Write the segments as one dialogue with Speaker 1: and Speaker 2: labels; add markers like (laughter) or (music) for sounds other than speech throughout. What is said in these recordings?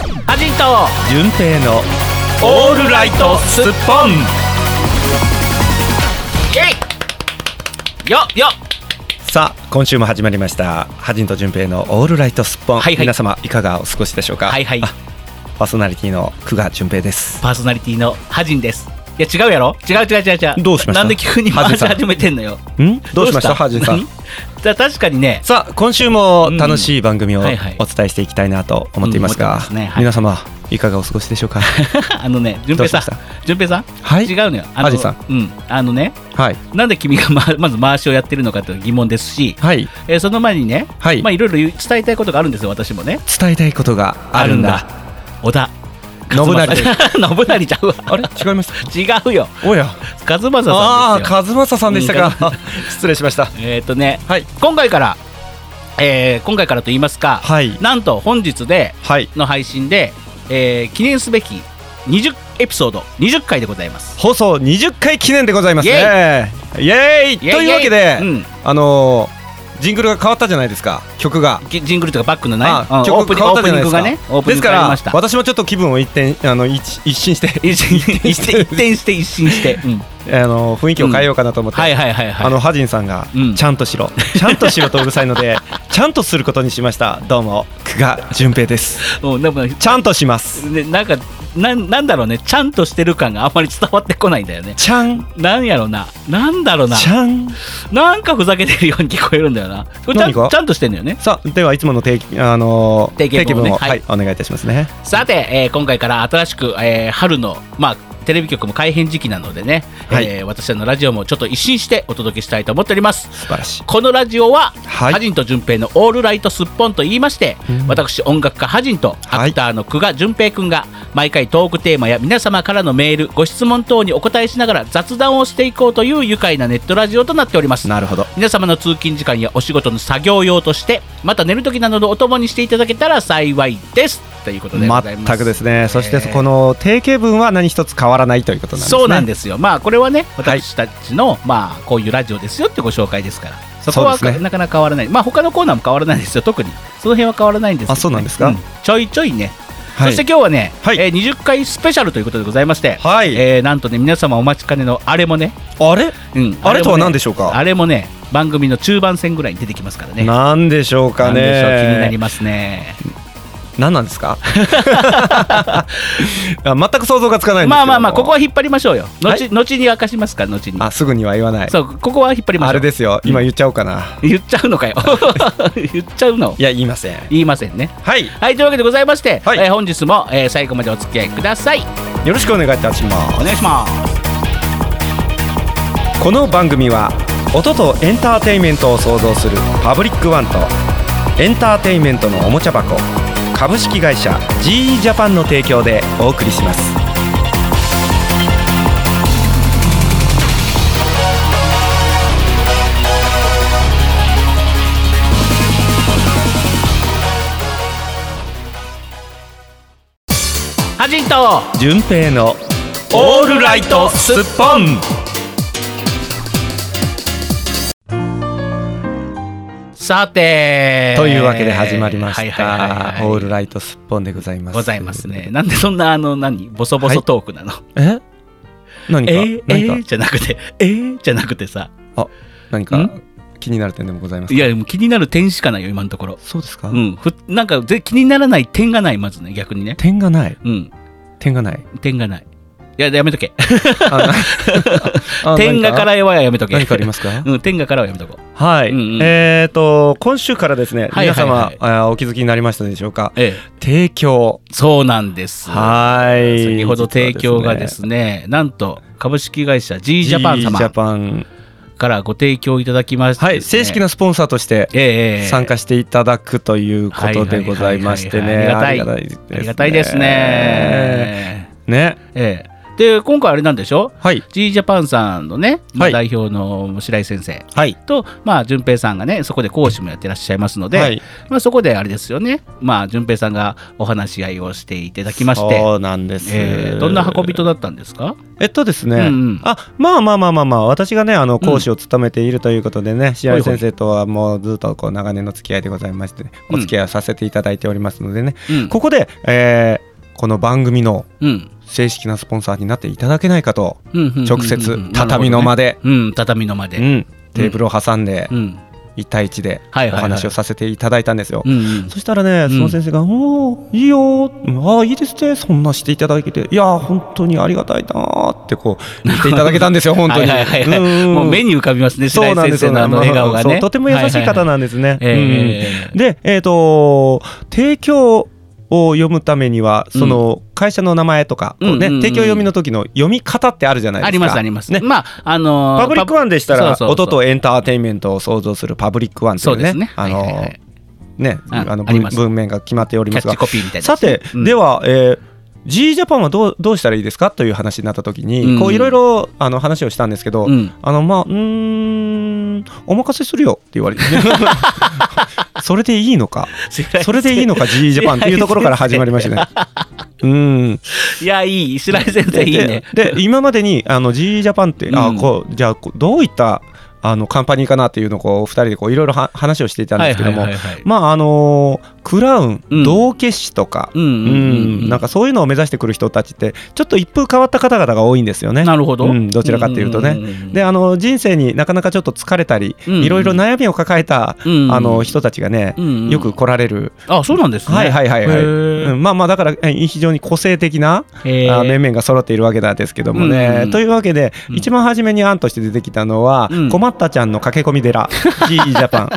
Speaker 1: と
Speaker 2: 純平の
Speaker 1: オールライトスッポンイェイよよ
Speaker 2: さあ今週も始まりましたハジンと純平のオールライトスッポン、
Speaker 1: はいはい
Speaker 2: 皆様いかがお過ごしでしょうか
Speaker 1: はいはい
Speaker 2: あパーソナリティの久賀純平です
Speaker 1: パーソナリティのハジンですいや違うやろ違う違う違う違う
Speaker 2: どうしました
Speaker 1: なんで急に
Speaker 2: ハジ
Speaker 1: 回
Speaker 2: ン
Speaker 1: し
Speaker 2: さん
Speaker 1: 始めてんのよ
Speaker 2: んどうしましたハジンさん
Speaker 1: 何 (laughs) じゃあ確かにね (laughs)
Speaker 2: さあ今週も楽しい番組をお
Speaker 1: うんは
Speaker 2: 伝
Speaker 1: いはい
Speaker 2: えしていきたいなと思っています
Speaker 1: うん思
Speaker 2: が
Speaker 1: ってますねはい
Speaker 2: 皆様いかがお過ごしでしょ
Speaker 1: (laughs)
Speaker 2: うか
Speaker 1: あのね順平さん
Speaker 2: どうしま
Speaker 1: 順平さん
Speaker 2: はい
Speaker 1: 違うのよあの
Speaker 2: ハジンさん
Speaker 1: うんあのね
Speaker 2: はい
Speaker 1: なんで君が (laughs) ままず回しをやってるのかという疑問ですし、
Speaker 2: はい
Speaker 1: えーその前にね、
Speaker 2: はい
Speaker 1: まあいろいろ言う伝えたいことがあるんですよ私もね
Speaker 2: 伝えたいことがあるんだ
Speaker 1: 織田
Speaker 2: 信成
Speaker 1: 信成 (laughs) 信成ちゃうわ
Speaker 2: あれ違いました
Speaker 1: 違うよ (laughs)
Speaker 2: おや
Speaker 1: 和正さんですよ
Speaker 2: ああ和正さんでした
Speaker 1: うん
Speaker 2: か失礼しました
Speaker 1: えっ、とね
Speaker 2: はい
Speaker 1: 今回から、えー今回からと言いますか、
Speaker 2: はい
Speaker 1: なんと本日で
Speaker 2: はい
Speaker 1: の配信で、えー記念すべき20エピソード20回でございます
Speaker 2: 放送20回記念でございますねイエーイ
Speaker 1: イエイイエイ
Speaker 2: というわけで、
Speaker 1: うん
Speaker 2: あのージングルが変わったじゃないですか曲が。
Speaker 1: ジジングルとかバックのね
Speaker 2: あ
Speaker 1: うんオープニ
Speaker 2: 曲変わったじゃ
Speaker 1: ン
Speaker 2: ないで
Speaker 1: グ
Speaker 2: す
Speaker 1: が
Speaker 2: か
Speaker 1: ねオープ
Speaker 2: で
Speaker 1: ニン
Speaker 2: す
Speaker 1: グ
Speaker 2: か
Speaker 1: 変わりま
Speaker 2: ら
Speaker 1: した
Speaker 2: 私もちょっと気分を一転あの一一新して
Speaker 1: 一転して一転して一新して、
Speaker 2: (laughs)
Speaker 1: うん
Speaker 2: あの雰囲気を変えようかなと思って、
Speaker 1: はいはいはいはい
Speaker 2: あのハジンさんが、
Speaker 1: うん
Speaker 2: ちゃんとしろちゃんとしろとうるさい
Speaker 1: (laughs)
Speaker 2: のでちゃんとすることにしましたどうも久賀淳平です
Speaker 1: うんでもね
Speaker 2: ちゃんとします
Speaker 1: なんかなんなんだろうねちゃんとしてる感があんまり伝わってこないんだよね
Speaker 2: ちゃん
Speaker 1: なんやろななんだろうな
Speaker 2: ちゃん
Speaker 1: なんかふざけてるように聞こえるんだよなこれちゃん
Speaker 2: 何が
Speaker 1: ちゃんとしてんだよね
Speaker 2: さあではいつもの定期あのー
Speaker 1: 定型文をね
Speaker 2: 定
Speaker 1: はい
Speaker 2: はい、お願いいたしますね
Speaker 1: さて、えー今回から新しく、えー春の、まあ、テレビ局も改編時期なのでね、
Speaker 2: はい
Speaker 1: えー私らのラジオもちょっと一新してお届けしたいと思っております
Speaker 2: 素晴らしい
Speaker 1: このラジオは、
Speaker 2: はい
Speaker 1: ハジンと順平のオールライトすっぽんと言いまして、
Speaker 2: うん
Speaker 1: 私音楽家ハジンとアクターの久賀順平くんが毎回トークテーマや皆様からのメールご質問等にお答えしながら雑談をしていこうという愉快なネットラジオとなっております
Speaker 2: なるほど
Speaker 1: 皆様の通勤時間やお仕事の作業用としてまた寝る時などのお供にしていただけたら幸いですということでございます
Speaker 2: 全くですね、そしてこの定型文は何一つ変わらないということなんですね
Speaker 1: そうなんですよまあこれはね
Speaker 2: はい
Speaker 1: 私たちの、まあこういうラジオですよってご紹介ですからそこは
Speaker 2: そうですね
Speaker 1: なかなか変わらないまあ他のコーナーも変わらないですよ特にその辺は変わらないんですけどね
Speaker 2: あそうなんですか
Speaker 1: ちょいちょいね、
Speaker 2: はい
Speaker 1: そして今日はね、
Speaker 2: はい
Speaker 1: えー20回スペシャルということでございまして、
Speaker 2: はい
Speaker 1: えーなんとね皆様お待ちかねのあれもね、
Speaker 2: あれ
Speaker 1: うん、
Speaker 2: あれとは
Speaker 1: もね
Speaker 2: 何でしょうか
Speaker 1: あれもね番組の中盤戦ぐらいに出てきますからね
Speaker 2: なんでしょうか
Speaker 1: なんでしょう気になり
Speaker 2: ね
Speaker 1: ますね。
Speaker 2: 何なんです
Speaker 1: (laughs)
Speaker 2: かあ全く想像がつかないんです
Speaker 1: まあ
Speaker 2: けども
Speaker 1: まあまあここは引っ張りましょうよ。後,、
Speaker 2: はい
Speaker 1: 後に明かしますから後に。
Speaker 2: あすぐには言わない
Speaker 1: そうここは引っ張りましょう。
Speaker 2: あれですよ今言っちゃおうかな、
Speaker 1: 言っちゃうの
Speaker 2: (laughs)
Speaker 1: かよ。言っちゃうの
Speaker 2: い。や言いません
Speaker 1: 言いませんね。
Speaker 2: はい
Speaker 1: はいというわけでございまして、
Speaker 2: はい
Speaker 1: えー本日も、えー最後までお付き合いください。
Speaker 2: よろしくお願いいたします
Speaker 1: お願いします。
Speaker 2: この番組は音とエンターテインメントを創造するパブリックワンとエンターテインメントのおもちゃ箱株式会社 GE ジャパンの提供でお送りします
Speaker 1: ハジンと
Speaker 2: 純平の
Speaker 1: オールライトス
Speaker 2: ッポン
Speaker 1: さて
Speaker 2: というわけで始まりまし
Speaker 1: はいはいはい
Speaker 2: た
Speaker 1: はい
Speaker 2: オールライトスッポンでございます
Speaker 1: ございますね。なんでそんなあの何ボソボソトークなの。
Speaker 2: え何か
Speaker 1: えー、え
Speaker 2: 何か
Speaker 1: ー、じゃなくてえー、じゃなくてさ
Speaker 2: あ何か
Speaker 1: ん
Speaker 2: 気になる点でもございます
Speaker 1: い
Speaker 2: か
Speaker 1: やでも気になる点しかないよ今のところ。
Speaker 2: そうですか
Speaker 1: うん、ふなんかぜ気にならない点がないまずね逆にね
Speaker 2: 点がない
Speaker 1: うん
Speaker 2: 点がない
Speaker 1: 点がないいややめとけ
Speaker 2: (laughs) ああ
Speaker 1: 点が
Speaker 2: 何
Speaker 1: からはやめとけ
Speaker 2: 何かありますか
Speaker 1: (laughs) うん点がからはやめとこう
Speaker 2: はい、
Speaker 1: うんうん
Speaker 2: えっ、と今週からですね、
Speaker 1: はいはいはい
Speaker 2: 皆様あーお気づきになりましたでしょうか
Speaker 1: え
Speaker 2: 提供
Speaker 1: えそうなんです
Speaker 2: はい
Speaker 1: 先ほど提供がですねなんと株式会社 G ジャパン
Speaker 2: G ジャ
Speaker 1: 様
Speaker 2: パン
Speaker 1: からご提供いただきまして
Speaker 2: はい、
Speaker 1: ですね
Speaker 2: 正式なスポンサーとして
Speaker 1: ええええ
Speaker 2: 参加していただくということでございましてね
Speaker 1: はいはいはいはい
Speaker 2: あり
Speaker 1: ありがたいですね
Speaker 2: ね
Speaker 1: ええで今回あれなんでしょ
Speaker 2: はい
Speaker 1: G ジャパンさんのね、まあ
Speaker 2: はい
Speaker 1: 代表の白井先生
Speaker 2: はい
Speaker 1: と、まあ、順平さんがね、そこで講師もやってらっしゃいますので、
Speaker 2: はい
Speaker 1: まあ、そこであれですよね、まあ、順平さんがお話し合いをしていただきまして、
Speaker 2: そうなんです、
Speaker 1: えーどんな運びとだったんですか
Speaker 2: えっとですね、
Speaker 1: うんうん
Speaker 2: あまあまあまあまあまあ私がねあの講師を務めているということでね、白井先生とはもうずっとこう長年の付き合いでございまして、
Speaker 1: うん
Speaker 2: お付き合いをさせていただいておりますのでね、
Speaker 1: うん
Speaker 2: ここで、えーこの番組の
Speaker 1: うん
Speaker 2: 正式なスポンサーになっていただけないかと
Speaker 1: うんうんうんうん
Speaker 2: 直
Speaker 1: う
Speaker 2: 接
Speaker 1: ん
Speaker 2: 畳の間で、
Speaker 1: うん畳の間で、
Speaker 2: うん、テーブルを挟んで
Speaker 1: うん
Speaker 2: 1対1でお
Speaker 1: はいはいはい
Speaker 2: 話をさせていただいたんですよ。
Speaker 1: うんうん
Speaker 2: そしたらね、
Speaker 1: ん
Speaker 2: その先生が、おーいいよー、ああ、いいですね、そんなしていただけて、いやー、本当にありがたいなーってこう、言っていただけたんですよ、本当に。
Speaker 1: はいはいはいはい
Speaker 2: ん
Speaker 1: もう目に浮かびますね白井先生のあの笑顔が
Speaker 2: そう
Speaker 1: ね
Speaker 2: とても優しい方
Speaker 1: ん
Speaker 2: なんですね。
Speaker 1: え
Speaker 2: うんで、えっ、と、提供を読むためには、その会社の名前とか、こうね
Speaker 1: うんうんうん
Speaker 2: 提供読みの時の読み方ってあるじゃないですか。
Speaker 1: ありますあります
Speaker 2: ね
Speaker 1: ね。まああのー
Speaker 2: パブリックワンでしたら、
Speaker 1: そうそうそう
Speaker 2: 音とエンターテインメントを創造するパブリックワンとい
Speaker 1: そううですね
Speaker 2: ね、あ
Speaker 1: は
Speaker 2: のー
Speaker 1: いはいはい
Speaker 2: ね、
Speaker 1: あ
Speaker 2: あの
Speaker 1: あります
Speaker 2: 文面が決まっており
Speaker 1: キャ
Speaker 2: ます
Speaker 1: ッチ
Speaker 2: が、
Speaker 1: コピーみたいな
Speaker 2: さて、
Speaker 1: うん
Speaker 2: では、えー G ジャパンはどうどうしたらいいですかという話になった時に、
Speaker 1: うん
Speaker 2: こういろいろあの話をしたんですけど、
Speaker 1: うん
Speaker 2: あのまあうーんお任せするよって言わ
Speaker 1: (laughs)
Speaker 2: れてそれでいいのかそれでいいのか G ジャパンっていうところから始まりまし
Speaker 1: (laughs)
Speaker 2: たね。うん
Speaker 1: いやいい白井先生
Speaker 2: で
Speaker 1: いいね
Speaker 2: でで今までにあの G ジャパンって、あ
Speaker 1: うん
Speaker 2: こうじゃあこうどういったあのカンパニーかなっていうのをこう2人でこういろいろは話をしていたんですけども、
Speaker 1: はいはいはいはい
Speaker 2: まああのークラウン、
Speaker 1: うん
Speaker 2: 道化師とか、
Speaker 1: うんうんうんうん
Speaker 2: なんかそういうのを目指してくる人たちってちょっと一風変わった方々が多いんですよね。
Speaker 1: なるほど、
Speaker 2: うんどちらかっていうと
Speaker 1: ん
Speaker 2: ね
Speaker 1: んんん
Speaker 2: であの人生になかなかちょっと疲れたり、
Speaker 1: うんうん
Speaker 2: いろいろ悩みを抱えた、
Speaker 1: うん
Speaker 2: あの人たちがね、
Speaker 1: うんうん
Speaker 2: よく来られる、
Speaker 1: あそうなんですね
Speaker 2: はいはいはいはい、
Speaker 1: へ
Speaker 2: う
Speaker 1: ー
Speaker 2: んまあまあだからえ非常に個性的な、
Speaker 1: へー
Speaker 2: あ面々が揃っているわけなんですけどもね。
Speaker 1: うん
Speaker 2: というわけで、
Speaker 1: うん
Speaker 2: 一番初めに案として出てきたのは、
Speaker 1: うん
Speaker 2: 困ったちゃんの駆け込み
Speaker 1: (laughs)
Speaker 2: 寺 G ジャパン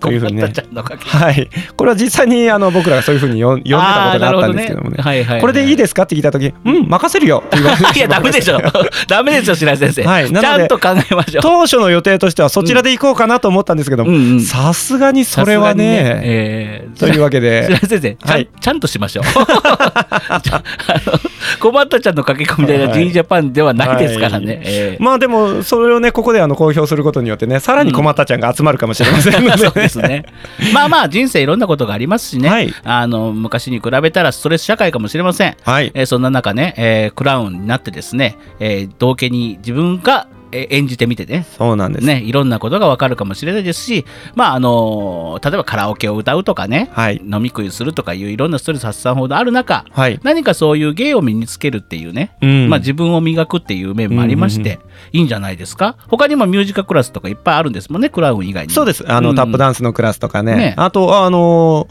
Speaker 2: というふうに
Speaker 1: 困っ
Speaker 2: ね
Speaker 1: たちゃんのかけ
Speaker 2: はい、これは実際にあの僕らがそういうふうによん呼んでたことがあったんですけどもね
Speaker 1: あーなるほどねはいはいはい
Speaker 2: これでいいですかって聞いた時「うん任せるよ」って言われてしままし
Speaker 1: い
Speaker 2: た
Speaker 1: や、ダメで
Speaker 2: (laughs)
Speaker 1: しょ。ダメですよ、白井先生。
Speaker 2: はい
Speaker 1: ち
Speaker 2: なので
Speaker 1: ゃんと考えましょう。
Speaker 2: 当初の予定としてはそちらで行こうかなと思ったんですけど
Speaker 1: うんうん
Speaker 2: さすがにそれは
Speaker 1: さすがに
Speaker 2: ね
Speaker 1: えー
Speaker 2: というわけで
Speaker 1: 白井先生、ちゃん
Speaker 2: はい
Speaker 1: ちゃんとしましょう。ち (laughs) ゃあの困ったちゃんの駆け込みたいな
Speaker 2: はい
Speaker 1: G ジャパンでは (laughs) ないですからね。
Speaker 2: はい
Speaker 1: えー
Speaker 2: まあでもそれをねここであの公表することによってねさらに困ったちゃんが集まるかもしれませんの
Speaker 1: (laughs)
Speaker 2: で、
Speaker 1: そうですね。まあまあ人生いろんなことがありますしね。
Speaker 2: はい
Speaker 1: あの昔に比べたらストレス社会かもしれません。
Speaker 2: (laughs) はい
Speaker 1: えーそんな中ね、えークラウンになってですね、えー道家に自分がえー演じてみてね、
Speaker 2: そうなんです、
Speaker 1: ね、いろんなことがわかるかもしれないですし、まああの例えばカラオケを歌うとかね、
Speaker 2: はい
Speaker 1: 飲み食いするとかいういろんなストレス発散法のある中、
Speaker 2: はい
Speaker 1: 何かそういう芸を身につけるっていうね、
Speaker 2: うん
Speaker 1: まあ、自分を磨くっていう面もありまして、いいんじゃないですか他にもミュージカルクラスとかいっぱいあるんですもんねクラウン以外にも
Speaker 2: そうですあの、
Speaker 1: うん
Speaker 2: タップダンスのクラスとかね
Speaker 1: ね
Speaker 2: あとあの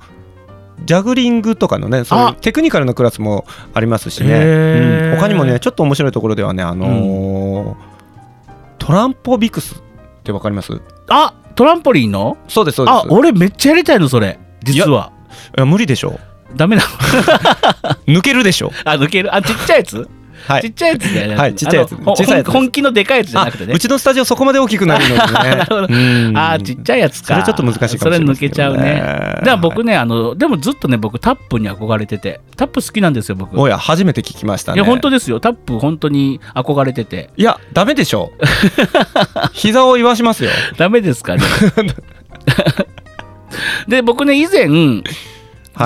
Speaker 2: ジャグリングとかのねそうい
Speaker 1: あ
Speaker 2: うテクニカルのクラスもありますしね、
Speaker 1: へー
Speaker 2: うん他にもねちょっと面白いところではねあのートランポビクスってわかります
Speaker 1: あトランポリンの
Speaker 2: そうですそうで
Speaker 1: あ
Speaker 2: す
Speaker 1: 俺めっちゃやりたいのそれ実はい
Speaker 2: や無理でしょ
Speaker 1: ダメなの (laughs)
Speaker 2: 抜けるでしょ
Speaker 1: あ抜けるあちっちゃいやつ、
Speaker 2: は
Speaker 1: ちっ
Speaker 2: い
Speaker 1: ちゃいやつだよね
Speaker 2: はいちっちゃいやつ
Speaker 1: あのほ
Speaker 2: 小さいやつです
Speaker 1: 本気のでかいやつじゃ
Speaker 2: あ
Speaker 1: なくてね
Speaker 2: うちのスタジオそこまで大きくなる
Speaker 1: (laughs)
Speaker 2: の
Speaker 1: なるほど
Speaker 2: でねうん
Speaker 1: あーちっちゃいやつか
Speaker 2: それちょっと難しいかもしれない
Speaker 1: それ抜けちゃうねだから僕
Speaker 2: ね
Speaker 1: ね、あのでもずっとね僕タップに憧れててタップ好きなんですよ僕
Speaker 2: おや初めて聞きました
Speaker 1: い
Speaker 2: ね
Speaker 1: や本当ですよタップ本当に憧れてて
Speaker 2: いやダメでしょ
Speaker 1: (laughs)
Speaker 2: 膝を言わしますよ
Speaker 1: ダメです
Speaker 2: (laughs)
Speaker 1: かねで僕ね以前、
Speaker 2: はい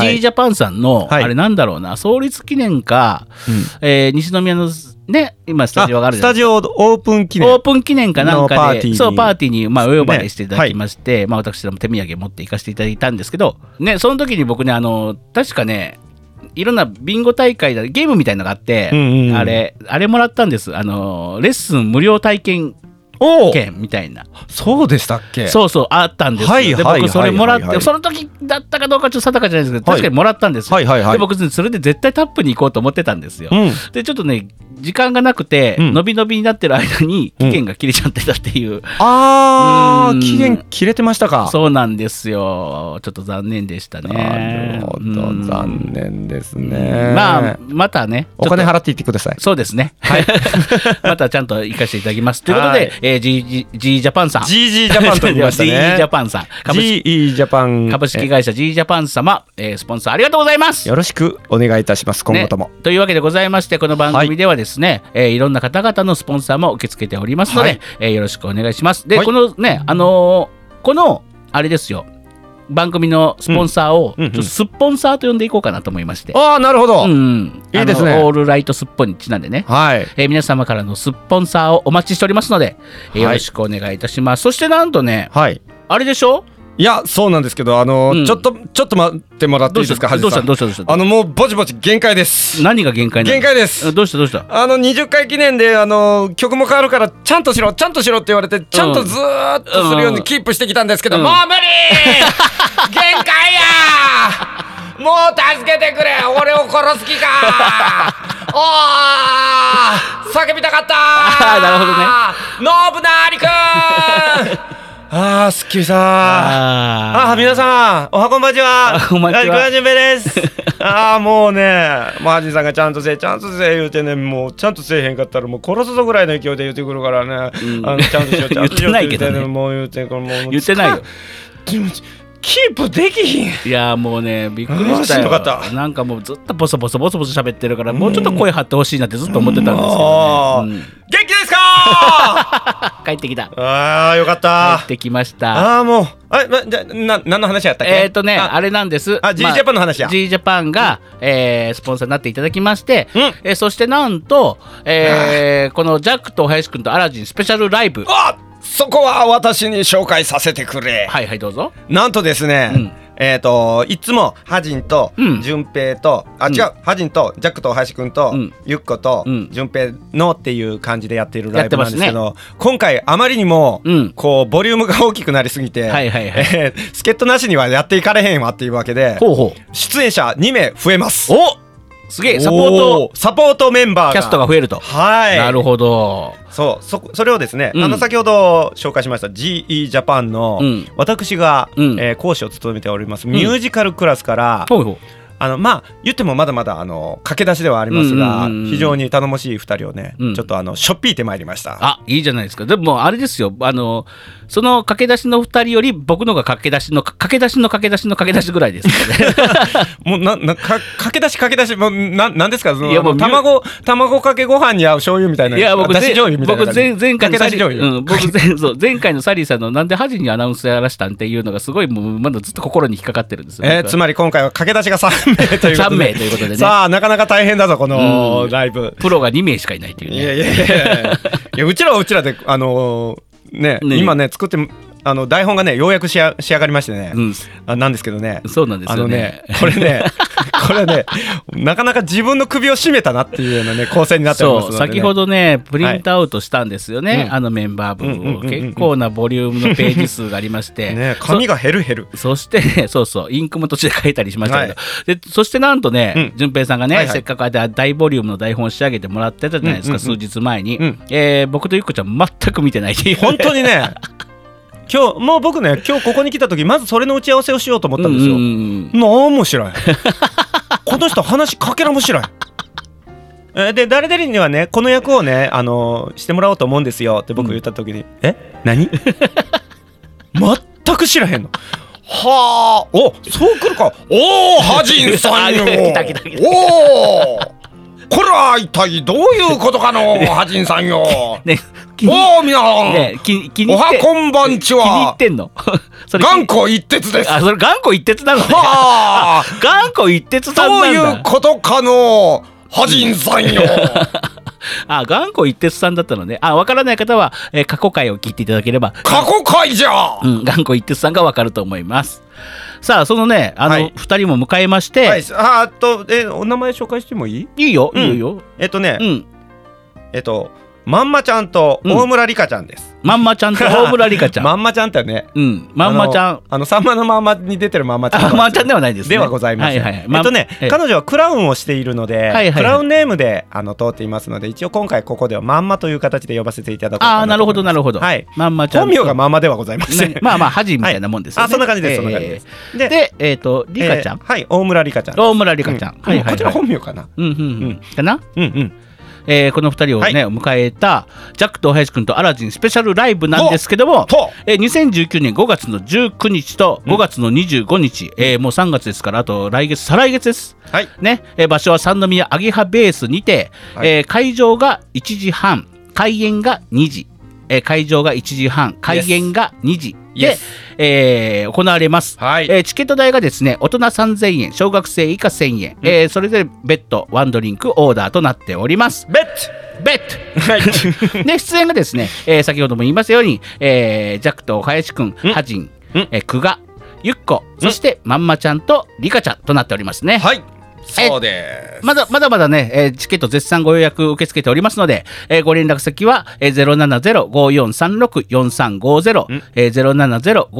Speaker 1: G ジャパンさんの、
Speaker 2: はい
Speaker 1: あれなんだろうな創立記念か、
Speaker 2: うん
Speaker 1: えー西宮のね今スタジオがある
Speaker 2: ス
Speaker 1: じゃないですか
Speaker 2: タジオオープン記念
Speaker 1: オープン記念かなん
Speaker 2: のパ
Speaker 1: か
Speaker 2: ーティー
Speaker 1: で
Speaker 2: に
Speaker 1: そうパーティーに、まあ、お呼ばれしていただ
Speaker 2: ね
Speaker 1: きまして、まあ、私ども手土産持って行かせていただいたんですけど、ね、その時に僕ねあの確かねいろんなビンゴ大会だゲームみたいのがあって、
Speaker 2: うんうんうん
Speaker 1: あれあれもらったんですあのレッスン無料体験
Speaker 2: おお
Speaker 1: 券みたいな
Speaker 2: そうでしたっけ
Speaker 1: そうそう、あったんですよ。
Speaker 2: はい
Speaker 1: で、
Speaker 2: はい
Speaker 1: 僕、それもらっ
Speaker 2: はいはい
Speaker 1: て、その時だったかどうかちょっと定かじゃないですけど、確かにもらったんですよ。
Speaker 2: はいはいはい
Speaker 1: で、僕、それで絶対タップに行こうと思ってたんですよ。
Speaker 2: うん
Speaker 1: で、ちょっとね、時間がなくて、
Speaker 2: うん
Speaker 1: のびのびになってる間に期限が切れちゃってたっていう、
Speaker 2: あ
Speaker 1: う
Speaker 2: ー
Speaker 1: ん
Speaker 2: 期限切れてましたか
Speaker 1: そうなんですよ。ちょっと残念でしたね。
Speaker 2: なるほど
Speaker 1: うん
Speaker 2: 残念ですね
Speaker 1: まあ、またね、
Speaker 2: お金
Speaker 1: ちょっと
Speaker 2: 払っていってください
Speaker 1: そうですね。 (laughs) またちゃんと行かせていただきます。ということ
Speaker 2: はい
Speaker 1: で、えー G- G ジャパンさん。
Speaker 2: GG ジャパンと言いました
Speaker 1: (laughs) G ジャ
Speaker 2: ね
Speaker 1: パンさん。株式
Speaker 2: GE ジャパン
Speaker 1: 株式会社 G ジャパン様、えースポンサーありがとうございます
Speaker 2: よろしくお願いいたします今後とも
Speaker 1: ね、というわけでございましてこの番
Speaker 2: はい
Speaker 1: 組ではですね、いえーいろんな方々のスポンサーも受け付けておりますので、
Speaker 2: はい
Speaker 1: えーよろしくお願いしますで、
Speaker 2: はい
Speaker 1: このねあのーこのあれですよ番組のスポンサーを、
Speaker 2: うんうんうん
Speaker 1: ちょっとスッポンサーと呼んでいこうかなと思いまして、
Speaker 2: ああなるほど
Speaker 1: うんうん
Speaker 2: いいですね
Speaker 1: あのオールライトスッポンにちなんでね
Speaker 2: はい
Speaker 1: えー皆様からのスッポンサーをお待ちしておりますので、えー
Speaker 2: はい
Speaker 1: よろしくお願いいたします。そしてなんとね、
Speaker 2: はい
Speaker 1: あれでしょ
Speaker 2: いやそうなんですけどあの、
Speaker 1: うん
Speaker 2: ちょっとちょっと待ってもらっていいですか
Speaker 1: どうした
Speaker 2: ハジさん
Speaker 1: どうしたどうしたどうした
Speaker 2: あのもうぼちぼち限界です
Speaker 1: 何が限界なの
Speaker 2: 限界です
Speaker 1: どうしたどうした
Speaker 2: あの20回記念であの曲も変わるからちゃんとしろちゃんとしろって言われてちゃんとずーっとするよ
Speaker 1: う
Speaker 2: う
Speaker 1: ん
Speaker 2: にキープしてきたんですけど、
Speaker 1: うん
Speaker 2: もう無理限界やもう助けてくれ俺を殺す気か
Speaker 1: (laughs)
Speaker 2: おー叫びたかった
Speaker 1: あー (laughs) なるほどね
Speaker 2: ノブナーリくん
Speaker 1: (laughs)
Speaker 2: あーすっきりさーあ
Speaker 1: あ
Speaker 2: ー皆さんおはこんばんちは
Speaker 1: あこんばんちは
Speaker 2: あはじめです
Speaker 1: (laughs)
Speaker 2: ああもうねもうハジンさんがちゃんとせえちゃんとせえ言うてねもうちゃんとせえへんかったらもう殺すぞぐらいの勢いで言うてくるからね、
Speaker 1: うん
Speaker 2: あのちゃんとしようちゃんとしよ
Speaker 1: (laughs) 言って
Speaker 2: う
Speaker 1: ないけどね
Speaker 2: 言うてもう言うてこれもう
Speaker 1: 言ってないよ
Speaker 2: でもキープできひ
Speaker 1: い
Speaker 2: ん
Speaker 1: やーもうねびっくりしたよ
Speaker 2: あーしんどかった
Speaker 1: なんかもうずっとボソボソボソボソ喋ってるからもうちょっと声張ってほしいなってずっと思ってたんですけ
Speaker 2: も
Speaker 1: ど
Speaker 2: う
Speaker 1: ね、
Speaker 2: 元気です
Speaker 1: (laughs)
Speaker 2: か
Speaker 1: うん帰ってきた帰
Speaker 2: あーよかった
Speaker 1: ってきました
Speaker 2: ああもうあれなじゃな何の話やったっけ
Speaker 1: えっ、とねあ
Speaker 2: あ
Speaker 1: れなんです
Speaker 2: あ G ジャパンの話や
Speaker 1: G ジャパンが、えースポンサーになっていただきまして、
Speaker 2: うん
Speaker 1: えーそしてなんと、えーこのジャックと林くんとアラジンスペシャルライブ
Speaker 2: あそこは私に紹介させてくれ
Speaker 1: はいはいどうぞ
Speaker 2: なんとですね、
Speaker 1: うん
Speaker 2: えっ、といつもハジンと
Speaker 1: うん
Speaker 2: 順平と、あ
Speaker 1: うん
Speaker 2: 違う、ハジンとジャックと林くんと、
Speaker 1: うん
Speaker 2: ゆっこと、
Speaker 1: うん
Speaker 2: 順平のっていう感じでやっているライブなんです
Speaker 1: や
Speaker 2: け
Speaker 1: って
Speaker 2: ど、今回あまりにも、
Speaker 1: うん
Speaker 2: こうボリュームが大きくなりすぎて、
Speaker 1: はいはい
Speaker 2: (laughs)
Speaker 1: はい
Speaker 2: えー助っ人なしにはやっていかれへんわっていうわけで
Speaker 1: ほうほう
Speaker 2: 出演者2名増えます
Speaker 1: おすげえサポー
Speaker 2: お
Speaker 1: ト
Speaker 2: サポートメンバーが
Speaker 1: キャストが増えると
Speaker 2: はい
Speaker 1: なるほど
Speaker 2: そうそこそれをですね、
Speaker 1: うん
Speaker 2: あの先ほど紹介しました GE ジャパンの
Speaker 1: うん
Speaker 2: 私が、
Speaker 1: うん
Speaker 2: えー講師を務めております
Speaker 1: ん
Speaker 2: ミュージカルクラスから、
Speaker 1: ほうほう
Speaker 2: あのまあ言ってもまだまだあの駆け出しではありますが、
Speaker 1: うんうんうんうん
Speaker 2: 非常に頼もしい2人をね、
Speaker 1: うん
Speaker 2: ちょっとあのしょっぴいてまいりました。
Speaker 1: あいいじゃないですかでもあれですよあのその駆け出しの二人より僕のが駆け出しの駆け出しの駆け出しの駆け出しぐらいですからね
Speaker 2: もうななか駆け出し駆け出しもうななんですかその
Speaker 1: いやもう
Speaker 2: あの卵卵かけご飯に合う醤油み (laughs) たいない
Speaker 1: や僕
Speaker 2: だし
Speaker 1: ぜ
Speaker 2: 醤油みたいな
Speaker 1: 僕前前回のサ
Speaker 2: か
Speaker 1: リ
Speaker 2: け出し醤油、
Speaker 1: うん僕前そう前回のサリーさんのなんで恥にアナウンスやらしたんっていうのがすごいもうまだずっと心に引っかかってるんですよ。
Speaker 2: えーつまり今回は駆け出しが3名ということで
Speaker 1: 三名ということでね
Speaker 2: さあなかなか大変だぞこ
Speaker 1: う
Speaker 2: の
Speaker 1: ん
Speaker 2: ライブ、
Speaker 1: プロが2名しかいないっていう
Speaker 2: いや
Speaker 1: ね。
Speaker 2: いやいやいやいやうちらはうちらであのーね
Speaker 1: ね
Speaker 2: 今ね作ってあの台本がねようやく仕上仕上がりましてね、
Speaker 1: うん、
Speaker 2: あなんですけどね
Speaker 1: そうなんです
Speaker 2: あ
Speaker 1: よ
Speaker 2: のね
Speaker 1: ね。
Speaker 2: これ
Speaker 1: (laughs)
Speaker 2: ねこれねなかなか自分の首を絞めたなっていうようなね構成になっております
Speaker 1: そ
Speaker 2: の
Speaker 1: う
Speaker 2: で、ね、
Speaker 1: 先ほどねプリントアウトしたんですよね、
Speaker 2: はい
Speaker 1: あのメンバー分を、
Speaker 2: うんうんうんうん
Speaker 1: 結構なボリュームのページ数がありまして、
Speaker 2: (laughs) ね髪が減る減る
Speaker 1: そして (laughs) ね、そうそう、インクも途中で書いたりしましたけど、
Speaker 2: は
Speaker 1: でそしてなんとね、
Speaker 2: うん
Speaker 1: 淳、平さんがね、
Speaker 2: はいはい
Speaker 1: せっかくあれだ大ボリュームの台本を仕上げてもらってたじゃないですか、
Speaker 2: うんうんうん
Speaker 1: 数日前に、
Speaker 2: うん
Speaker 1: えー僕とゆっこちゃん、全く見てないっていう、
Speaker 2: 本当にね
Speaker 1: (laughs)
Speaker 2: 今日もう僕ね今日ここに来た時まずそれの打ち合わせをしようと思ったんですよ、
Speaker 1: うんうんうん
Speaker 2: なんも知らんこの人話かけらも知らんえーで誰々にはねこの役をねあのーしてもらおうと思うんですよって僕言った時に、え何 (laughs) 全く知らへんのはあおそうくるかおおハジンさんよ
Speaker 1: あ (laughs) 来た来た来た
Speaker 2: おおこれは一体どういうことかのハジンさんよ
Speaker 1: ね、 (laughs) 気に
Speaker 2: おお皆さん、
Speaker 1: ね気気に
Speaker 2: お
Speaker 1: 入って
Speaker 2: はこんばんち
Speaker 1: 気に入
Speaker 2: は
Speaker 1: ってんの (laughs) それ
Speaker 2: 頑固一徹です
Speaker 1: あ、それ頑固一徹なのね。
Speaker 2: はあ
Speaker 1: (laughs) 頑固一徹さん
Speaker 2: どう
Speaker 1: なんだ。
Speaker 2: いうことかのハジン
Speaker 1: (laughs)
Speaker 2: さんよ
Speaker 1: あ、頑固一徹さんだったのね。あ、わからない方は、えー過去回を聞いていただければ、
Speaker 2: 過去回じゃ
Speaker 1: うん、頑固一徹さんがわかると思います。さあ、そのね、あの、
Speaker 2: は
Speaker 1: 二、
Speaker 2: い
Speaker 1: 人も迎えまして、
Speaker 2: はい
Speaker 1: い、
Speaker 2: ああとえお名前紹介してもいい
Speaker 1: いよ、
Speaker 2: うん
Speaker 1: いいよいいよ。
Speaker 2: えっとね、
Speaker 1: うん。
Speaker 2: えっとまんまちゃんと大村理香ちゃんです、
Speaker 1: まんまちゃんと大村理香ちゃん。
Speaker 2: (laughs) まんまちゃんってね
Speaker 1: うん。まんまちゃ
Speaker 2: あの
Speaker 1: ん。
Speaker 2: あのさんまのまんまに出てるまんまちゃん
Speaker 1: あ、まんまちゃんではないです、ね。
Speaker 2: ではございません、
Speaker 1: はいはい。
Speaker 2: えっとね、
Speaker 1: ええ
Speaker 2: 彼女はクラウンをしているので、
Speaker 1: はいはい
Speaker 2: クラウンネームであの通っていますので一応今回ここではまんまという形で呼ばせていただこうかな
Speaker 1: ああ、なるほど、な
Speaker 2: る
Speaker 1: るほど。
Speaker 2: はい
Speaker 1: まんまちゃん
Speaker 2: 本
Speaker 1: と。
Speaker 2: 名がまんまではございません、
Speaker 1: ねまあまあ、恥みたいなもんですよ、ね
Speaker 2: あそんな感じです、そんな感じ
Speaker 1: ええ
Speaker 2: です
Speaker 1: で、えっ、と、リカちゃん、
Speaker 2: (laughs) えーはい大村リカちゃん
Speaker 1: 大村リカちゃん。
Speaker 2: う
Speaker 1: はいはい、はい。
Speaker 2: こちら本名かな
Speaker 1: うんうんう
Speaker 2: うんん。
Speaker 1: かな、
Speaker 2: うんうん
Speaker 1: えーこの二人をね、
Speaker 2: はい
Speaker 1: 迎えた、ジャックと林くんとアラジンスペシャルライブなんですけども、
Speaker 2: と
Speaker 1: えー2019年5月の19日と5月の25日、えーもう3月ですから、あと来月、再来月です。
Speaker 2: はい
Speaker 1: ね、えー場所は三宮アゲハベースにて、
Speaker 2: はい
Speaker 1: えー会場が1時半、開演が2時、えー会場が1時半、開演が2時で
Speaker 2: Yes、
Speaker 1: えー行われます。
Speaker 2: はい
Speaker 1: えーチケット代がですね、大人3000円、小学生以下1000円、えーそれぞれ別途ワンドリンクオーダーとなっております。
Speaker 2: ベッ
Speaker 1: 別途 (laughs) で、出演がですね、えー先ほども言いましたように、えージャックと林くん、ハジン、えー、久我、ゆっこそしてまんまちゃんとりかちゃんとなっておりますね。
Speaker 2: はいそうです
Speaker 1: まだまだまだね、えーチケット絶賛ご予約受け付けておりますので、えーご連絡先は、えー、
Speaker 2: うん
Speaker 1: 070-5436-4350、えー、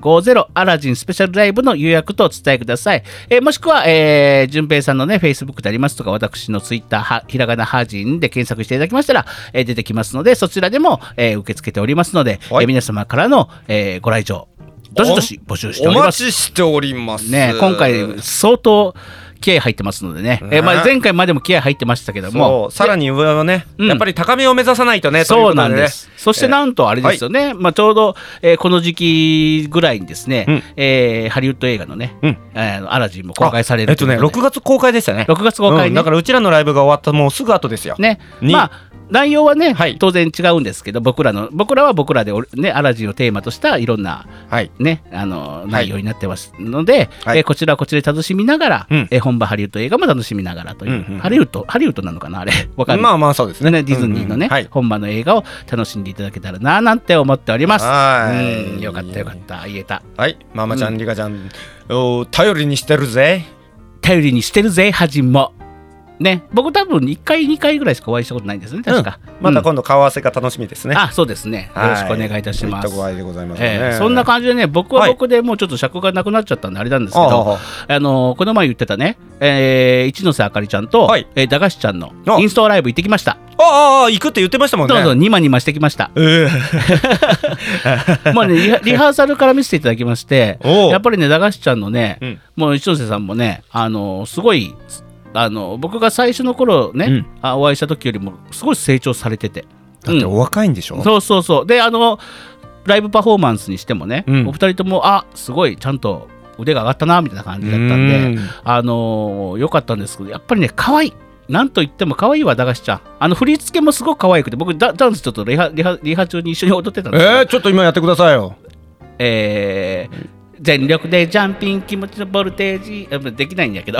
Speaker 1: 070-5436-4350アラジンスペシャルライブの予約とお伝えください、えーもしくは、えー、順平さんのね Facebook でありますとか私の Twitter はひらがなハージンで検索していただきましたら、えー出てきますのでそちらでも、えー受け付けておりますので、
Speaker 2: はい
Speaker 1: えー皆様からの、えーご来場どしどし募集しております
Speaker 2: お待ちしております
Speaker 1: ね、今回相当気合入ってますのでね、えーまあ、前回までも気合入ってましたけど
Speaker 2: そ
Speaker 1: も
Speaker 2: うさらに上はね、
Speaker 1: うん
Speaker 2: やっぱり高めを目指さないとね
Speaker 1: そうなんです、そして
Speaker 2: な
Speaker 1: なんとあれですよね、まあ、ちょうど、えーこの時期ぐらいにですね、
Speaker 2: うん
Speaker 1: えーハリウッド映画のね、
Speaker 2: うん
Speaker 1: えーアラジンも公開される
Speaker 2: えっとね
Speaker 1: いうこ
Speaker 2: 6月公開でしたね
Speaker 1: とで6月公開
Speaker 2: う
Speaker 1: ね,、
Speaker 2: んだからうちらのライブが終わったもうすぐ後ですよ、
Speaker 1: ね
Speaker 2: に
Speaker 1: まあ内容はね、
Speaker 2: はい
Speaker 1: 当然違うんですけど僕らの僕らは僕らでお、ね、アラジンをテーマとしたいろんな
Speaker 2: はい
Speaker 1: ね、あの内容になってますので、
Speaker 2: はい
Speaker 1: えーこちらはこちらで楽しみながら、
Speaker 2: うん
Speaker 1: えー本場ハリウッド映画も楽しみながらという、
Speaker 2: うんうん
Speaker 1: ハリウッドハリウッドなのかなあれ (laughs) わかんない、
Speaker 2: まあまあそうですね
Speaker 1: ね、ディズニーのね、
Speaker 2: うんうんはい
Speaker 1: 本場の映画を楽しんでいただけたらななんて思っております。
Speaker 2: はい
Speaker 1: うんよかったよかった言えた
Speaker 2: はいママちゃん、リカちゃんお頼りにしてるぜ
Speaker 1: 頼りにしてるぜハジンも。ね、僕多分1回2回ぐらいしかお会いしたことないんですね確か、
Speaker 2: また
Speaker 1: うん
Speaker 2: 今度顔合わせが楽しみですね、
Speaker 1: あそうですねよろしくお願いいたしま
Speaker 2: は
Speaker 1: す、
Speaker 2: とったご愛でございますね、
Speaker 1: ええそんな感じでね僕は僕でもうちょっと尺がなくなっちゃったんであれなんですけど、
Speaker 2: ああ
Speaker 1: あのこの前言ってたね、えー一ノ瀬あかりちゃんと、
Speaker 2: はい
Speaker 1: えー駄菓子ちゃんの
Speaker 2: あ
Speaker 1: インストライブ行ってきました。
Speaker 2: あああ行くって言ってましたもんね。
Speaker 1: どうぞ、にまにましてきました (laughs)
Speaker 2: (laughs) ええ
Speaker 1: もうね、リハリハーサルから見せていただきまして、
Speaker 2: おう
Speaker 1: やっぱりね、駄菓子ちゃんのね、
Speaker 2: うん
Speaker 1: もう一ノ瀬さんもね、あのすごい、あの僕が最初の頃ね、
Speaker 2: うん
Speaker 1: あお会いした時よりも、すごい成長されてて。
Speaker 2: だっ
Speaker 1: う
Speaker 2: て
Speaker 1: ん
Speaker 2: お若いんでしょ、
Speaker 1: そうそうそう。で、あの、ライブパフォーマンスにしてもね、
Speaker 2: うん
Speaker 1: お二人とも、あすごい、ちゃんと腕が上がったな、みたいな感じだったんで。
Speaker 2: うん
Speaker 1: あのー、良かったんですけど、やっぱりね、可愛い。なんと言っても可愛いわ、駄菓子ちゃん。あの振り付けもすごく可愛くて、僕、ダダンスちょっとリハリハリハ中に一緒に踊ってたんですけど
Speaker 2: えー、、ちょっと今やってくださいよ
Speaker 1: えー全力でジャンピン気持ちのボルテージ、あできないんやけど、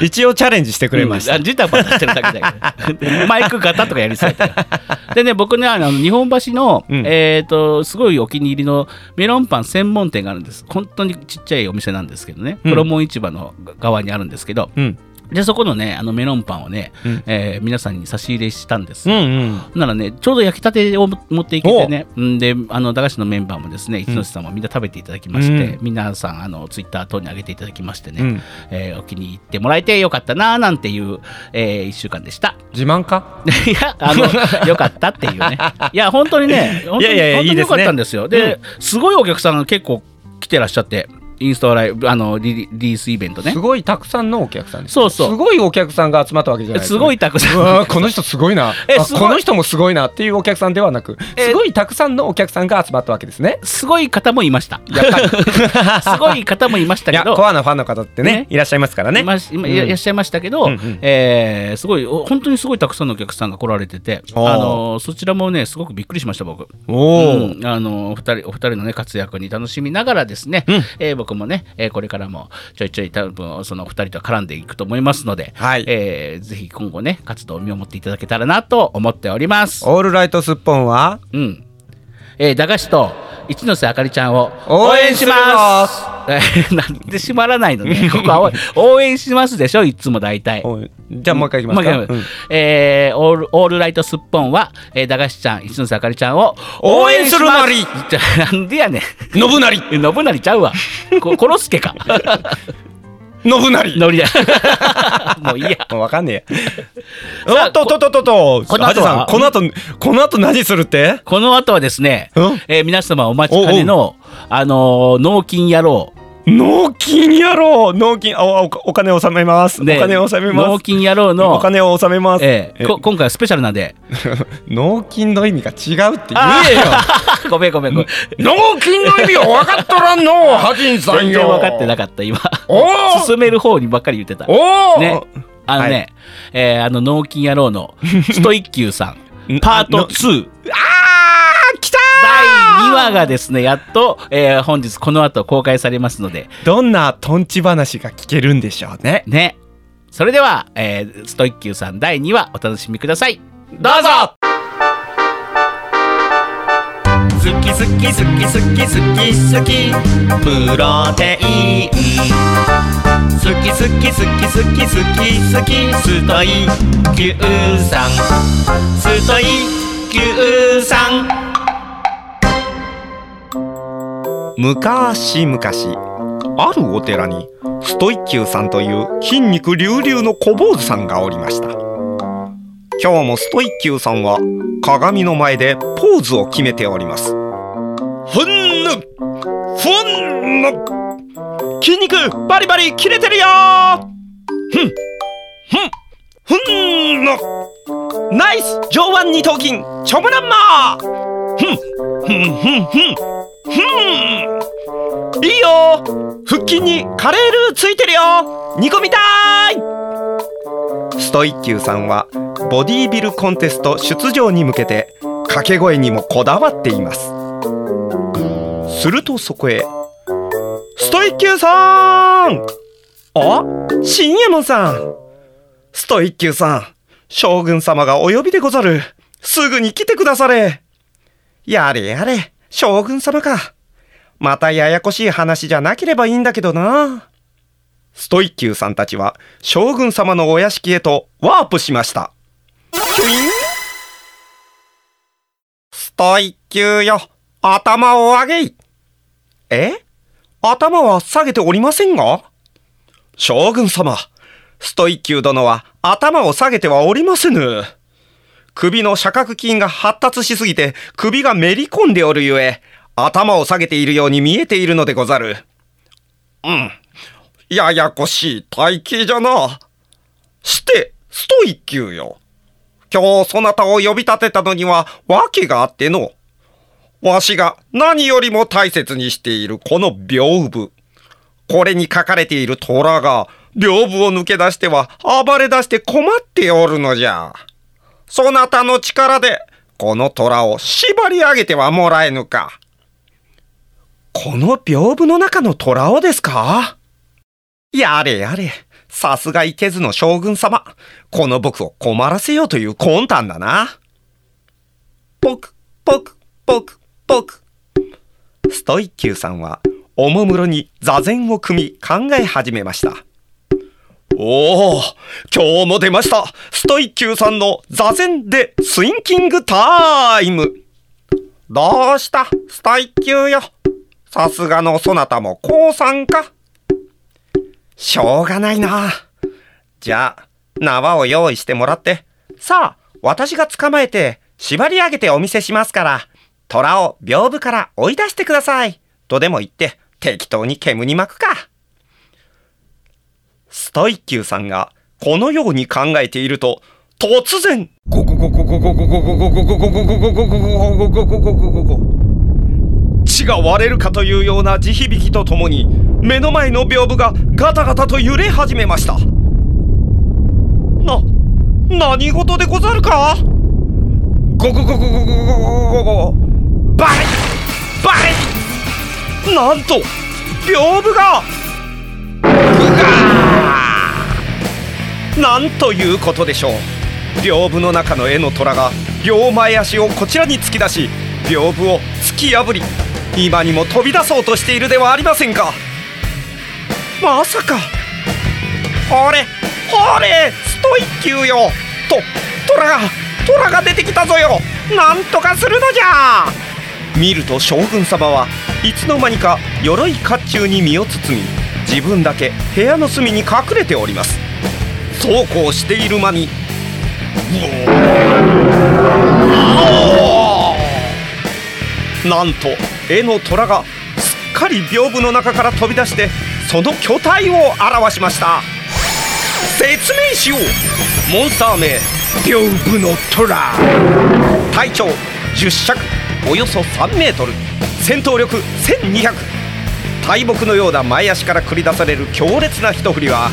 Speaker 2: 一応チャレンジしてくれました、
Speaker 1: うんあジタバタしてるだけだけど
Speaker 2: (laughs)
Speaker 1: でマイク型とかやりそうやったからでね僕ねあの日本橋の、
Speaker 2: うん
Speaker 1: えっ、とすごいお気に入りのメロンパン専門店があるんです本当にちっちゃいお店なんですけどね、
Speaker 2: うん
Speaker 1: プロモン市場の側にあるんですけど、
Speaker 2: うん
Speaker 1: でそこのねあのメロンパンをね、
Speaker 2: うん
Speaker 1: えー皆さんに差し入れしたんです、
Speaker 2: うんうん
Speaker 1: ならねちょうど焼きたてをも持っていけてねうんであの駄菓子のメンバーもですね一ノ瀬さんもみんな食べていただきまして、
Speaker 2: うん
Speaker 1: 皆さんあのツイッター等に上げていただきましてね、
Speaker 2: うん
Speaker 1: えーお気に入ってもらえてよかったななんていう、え1週間でした。 (laughs)
Speaker 2: 自慢か
Speaker 1: いやあ
Speaker 2: (laughs)
Speaker 1: のよかったっていうねいや本当にね本当に
Speaker 2: いやいやいや
Speaker 1: 本当
Speaker 2: いい
Speaker 1: に
Speaker 2: で
Speaker 1: よ
Speaker 2: すね
Speaker 1: かったんですよで、すごいお客さんが結構来てらっしゃってインスタライブあのリリリースイベントね
Speaker 2: すごいたくさんのお客さんです
Speaker 1: そうそう
Speaker 2: すごいお客さんが集まったわけじゃないです
Speaker 1: ごいたくさん
Speaker 2: うわーこの人すごいな
Speaker 1: え
Speaker 2: あ
Speaker 1: すごい
Speaker 2: この人もすごいなっていうお客さんではなく
Speaker 1: え
Speaker 2: すごいたくさんのお客さんが集まったわけですね
Speaker 1: すごい方もいました
Speaker 2: やっぱり
Speaker 1: すごい方もいました
Speaker 2: い
Speaker 1: け
Speaker 2: や
Speaker 1: ど
Speaker 2: コアなファンの方ってね
Speaker 1: ね
Speaker 2: いらっしゃいますからね
Speaker 1: いまし今
Speaker 2: うん
Speaker 1: いらっしゃいましたけど、
Speaker 2: うんうん
Speaker 1: えーすごいお本当にすごいたくさんのお客さんが来られてて、
Speaker 2: おー
Speaker 1: あのそちらもねすごくびっくりしました僕。
Speaker 2: おー
Speaker 1: うんあのお二人お二人のね活躍に楽しみながらですね、
Speaker 2: うん
Speaker 1: えー僕もね、えーこれからもちょいちょい多分そのお二人とは絡んでいくと思いますので、
Speaker 2: はい
Speaker 1: えーぜひ今後ね活動を見守っていただけたらなと思っております。
Speaker 2: オールライトスッポンは
Speaker 1: うん。えー、駄菓子と一ノ瀬あかりちゃんを
Speaker 2: 応
Speaker 1: 応
Speaker 2: 援
Speaker 1: 援
Speaker 2: し
Speaker 1: し
Speaker 2: ま
Speaker 1: ますす。 (laughs) えーなんで閉まらないの
Speaker 2: (laughs)
Speaker 1: ね。ここは応応援しますでしょ。いつも大体。
Speaker 2: おいじゃあもう一回いきますか、
Speaker 1: もう一回えーオールオールライトすっぽんは、えー、駄菓子ちゃん一ノ瀬あかりちゃんを
Speaker 2: 応援するなり
Speaker 1: 応援しますじゃあなんでやねん。
Speaker 2: うん信成
Speaker 1: 信成ちゃうわ。こ (laughs) コロスケか。
Speaker 2: 信成
Speaker 1: ノリだ。 (laughs) もういいや。
Speaker 2: もうわかんねえ
Speaker 1: (laughs) さ
Speaker 2: や。
Speaker 1: あ
Speaker 2: おっとっとっとっとっと。
Speaker 1: この
Speaker 2: ハジ
Speaker 1: 後
Speaker 2: さん
Speaker 1: は
Speaker 2: この後この後何するって？
Speaker 1: この後はですね
Speaker 2: ん、
Speaker 1: えー皆様お待ちかねのあのー納金野郎
Speaker 2: 納金やろう。納金あおお金を納めます。お
Speaker 1: ね
Speaker 2: 金を納めま
Speaker 1: 納
Speaker 2: す。
Speaker 1: 金野郎の
Speaker 2: お金を納めます。
Speaker 1: ええ
Speaker 2: え
Speaker 1: こ今回はスペシャルなんで
Speaker 2: 納金の意味が違うって言えよ。
Speaker 1: (laughs) ごめんごめんごめん
Speaker 2: 納金の意味を分かっとら
Speaker 1: (laughs)
Speaker 2: んの、ハジン
Speaker 1: 全然分かってなかった今
Speaker 2: おー
Speaker 1: 進める方にばっかり言ってた
Speaker 2: おお。
Speaker 1: ねあのね、
Speaker 2: はい
Speaker 1: えーあの納金野郎 (laughs) のストイッキューさ
Speaker 2: ん
Speaker 1: んパー
Speaker 2: (laughs) あ
Speaker 1: ト2
Speaker 2: のあー来た
Speaker 1: 第2話がですねやっと、えー本日この後公開されますので
Speaker 2: ー。どんなトンチ話が聞けるんでしょうね。
Speaker 1: ねそれでは、えーストイッキューさん第2話お楽しみください
Speaker 2: どうぞ。
Speaker 3: 好き好き好き好き好き好きプロテイン好き好き好き好き好き好きストイキューさんストイキューさん
Speaker 2: 昔々あるお寺にストイッキューさんという筋肉隆々の小坊主さんがおりました今日もストイッキューさんは鏡の前でポーズを決めております
Speaker 3: ふんぬふんぬ筋肉バリバリ切れてるよふんふんふんぬナイス上腕二頭筋チョムランマーふんふんふんふんふんいいよ腹筋にカレールーついてるよ煮込みたい
Speaker 2: ストイッキューさんはボディービルコンテスト出場に向けて掛け声にもこだわっていますするとそこへストイッキューさんあ新右衛門さんストイッキューさん将軍様がお呼びでござるすぐに来てくだされやれやれ将軍様かまたややこしい話じゃなければいいんだけどなストイッキューさんたちは将軍様のお屋敷へとワープしました。キュイーンストイッキューよ、頭を上げい。え頭は下げておりませんが将軍様、ストイッキュー殿は頭を下げてはおりませぬ。首の射角筋が発達しすぎて首がめり込んでおるゆえ、頭を下げているように見えているのでござる。うん。ややこしい体型じゃな。して、ストイッキューよ。今日そなたを呼び立てたのには訳があっての。わしが何よりも大切にしているこの屏風。これに書かれている虎が、屏風を抜け出しては暴れ出して困っておるのじゃ。そなたの力で、この虎を縛り上げてはもらえぬか。この屏風の中の虎をですかやれやれ。さすが池津の将軍様。この僕を困らせようという魂胆だな。ポク、ポク、ポク、ポク。ストイッキューさんは、おもむろに座禅を組み考え始めました。おお、今日も出ました。ストイッキューさんの座禅でスインキングタイム。どうした、ストイッキューよ。さすがのそなたも降参か。しょうがないな。じゃあ、縄を用意してもらって。さあ、私が捕まえて、縛り上げてお見せしますから、虎を屏風から追い出してください。とでも言って、適当に煙に巻くか。ストイッキューさんが、このように考えていると、突然、ゴゴゴゴゴゴゴゴゴゴゴゴゴゴゴゴゴゴゴゴゴゴゴゴゴゴ血が割れるかというような地響きとともに目の前の屏風がガタガタと揺れ始めましたな何事でござるかゴゴゴゴゴゴゴゴゴゴゴバリバリなんと屏風がグガーなんということでしょう屏風の中の絵の虎が両前足をこちらに突き出し屏風を突き破り今にも飛び出そうとしているではありませんかまさか「ほれほれストイッキューよ!」と虎が虎が出てきたぞよなんとかするのじゃ見ると将軍様はいつの間にか鎧甲冑に身を包み自分だけ部屋の隅に隠れておりますそうこうしている間になんと絵の虎がすっかり屏風の中から飛び出してその巨体を表しました説明しようモンスター名屏風の虎体長10尺およそ3メートル戦闘力1200大木のような前足から繰り出される強烈な一振りは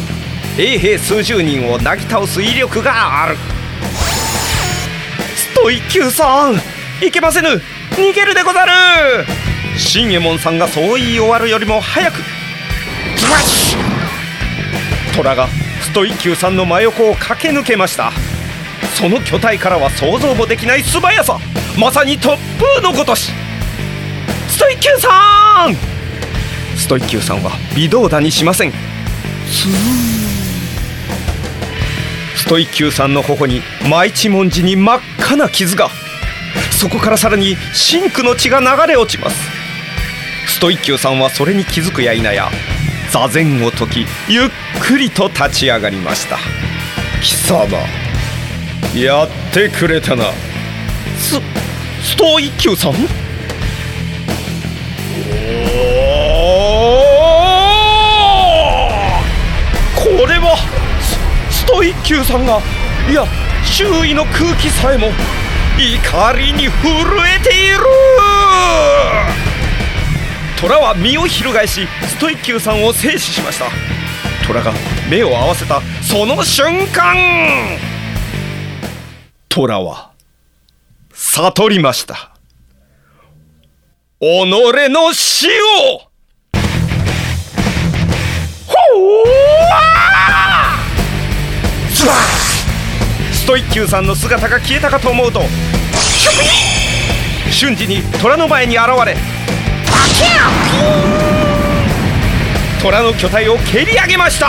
Speaker 2: 衛兵数十人をなぎ倒す威力があるストイキューさんいけませぬ逃げるでござる新右衛門さんがそう言い終わるよりも早くズバッ虎がストイキューさんの真横を駆け抜けましたその巨体からは想像もできない素早さまさに突風のごとしストイッキューさんストイッキューさんは微動だにしませんストイッキューさんの頬にマイチモンジに真っ赤な傷がそこからさらにシンクの血が流れ落ちますストイッキューさんはそれに気づくや否や座禅を解きゆっくりと立ち上がりました貴様やってくれたなスストイッキューさんこれはスストイッキューさんがいや周囲の空気さえも怒りに震えている虎は身を翻しストイッキューさんを制止しました虎が目を合わせたその瞬間虎は悟りました己の死をほわーズワーストイッキューさんの姿が消えたかと思うとシュピー瞬時に虎の前に現れ虎の巨体を蹴り上げました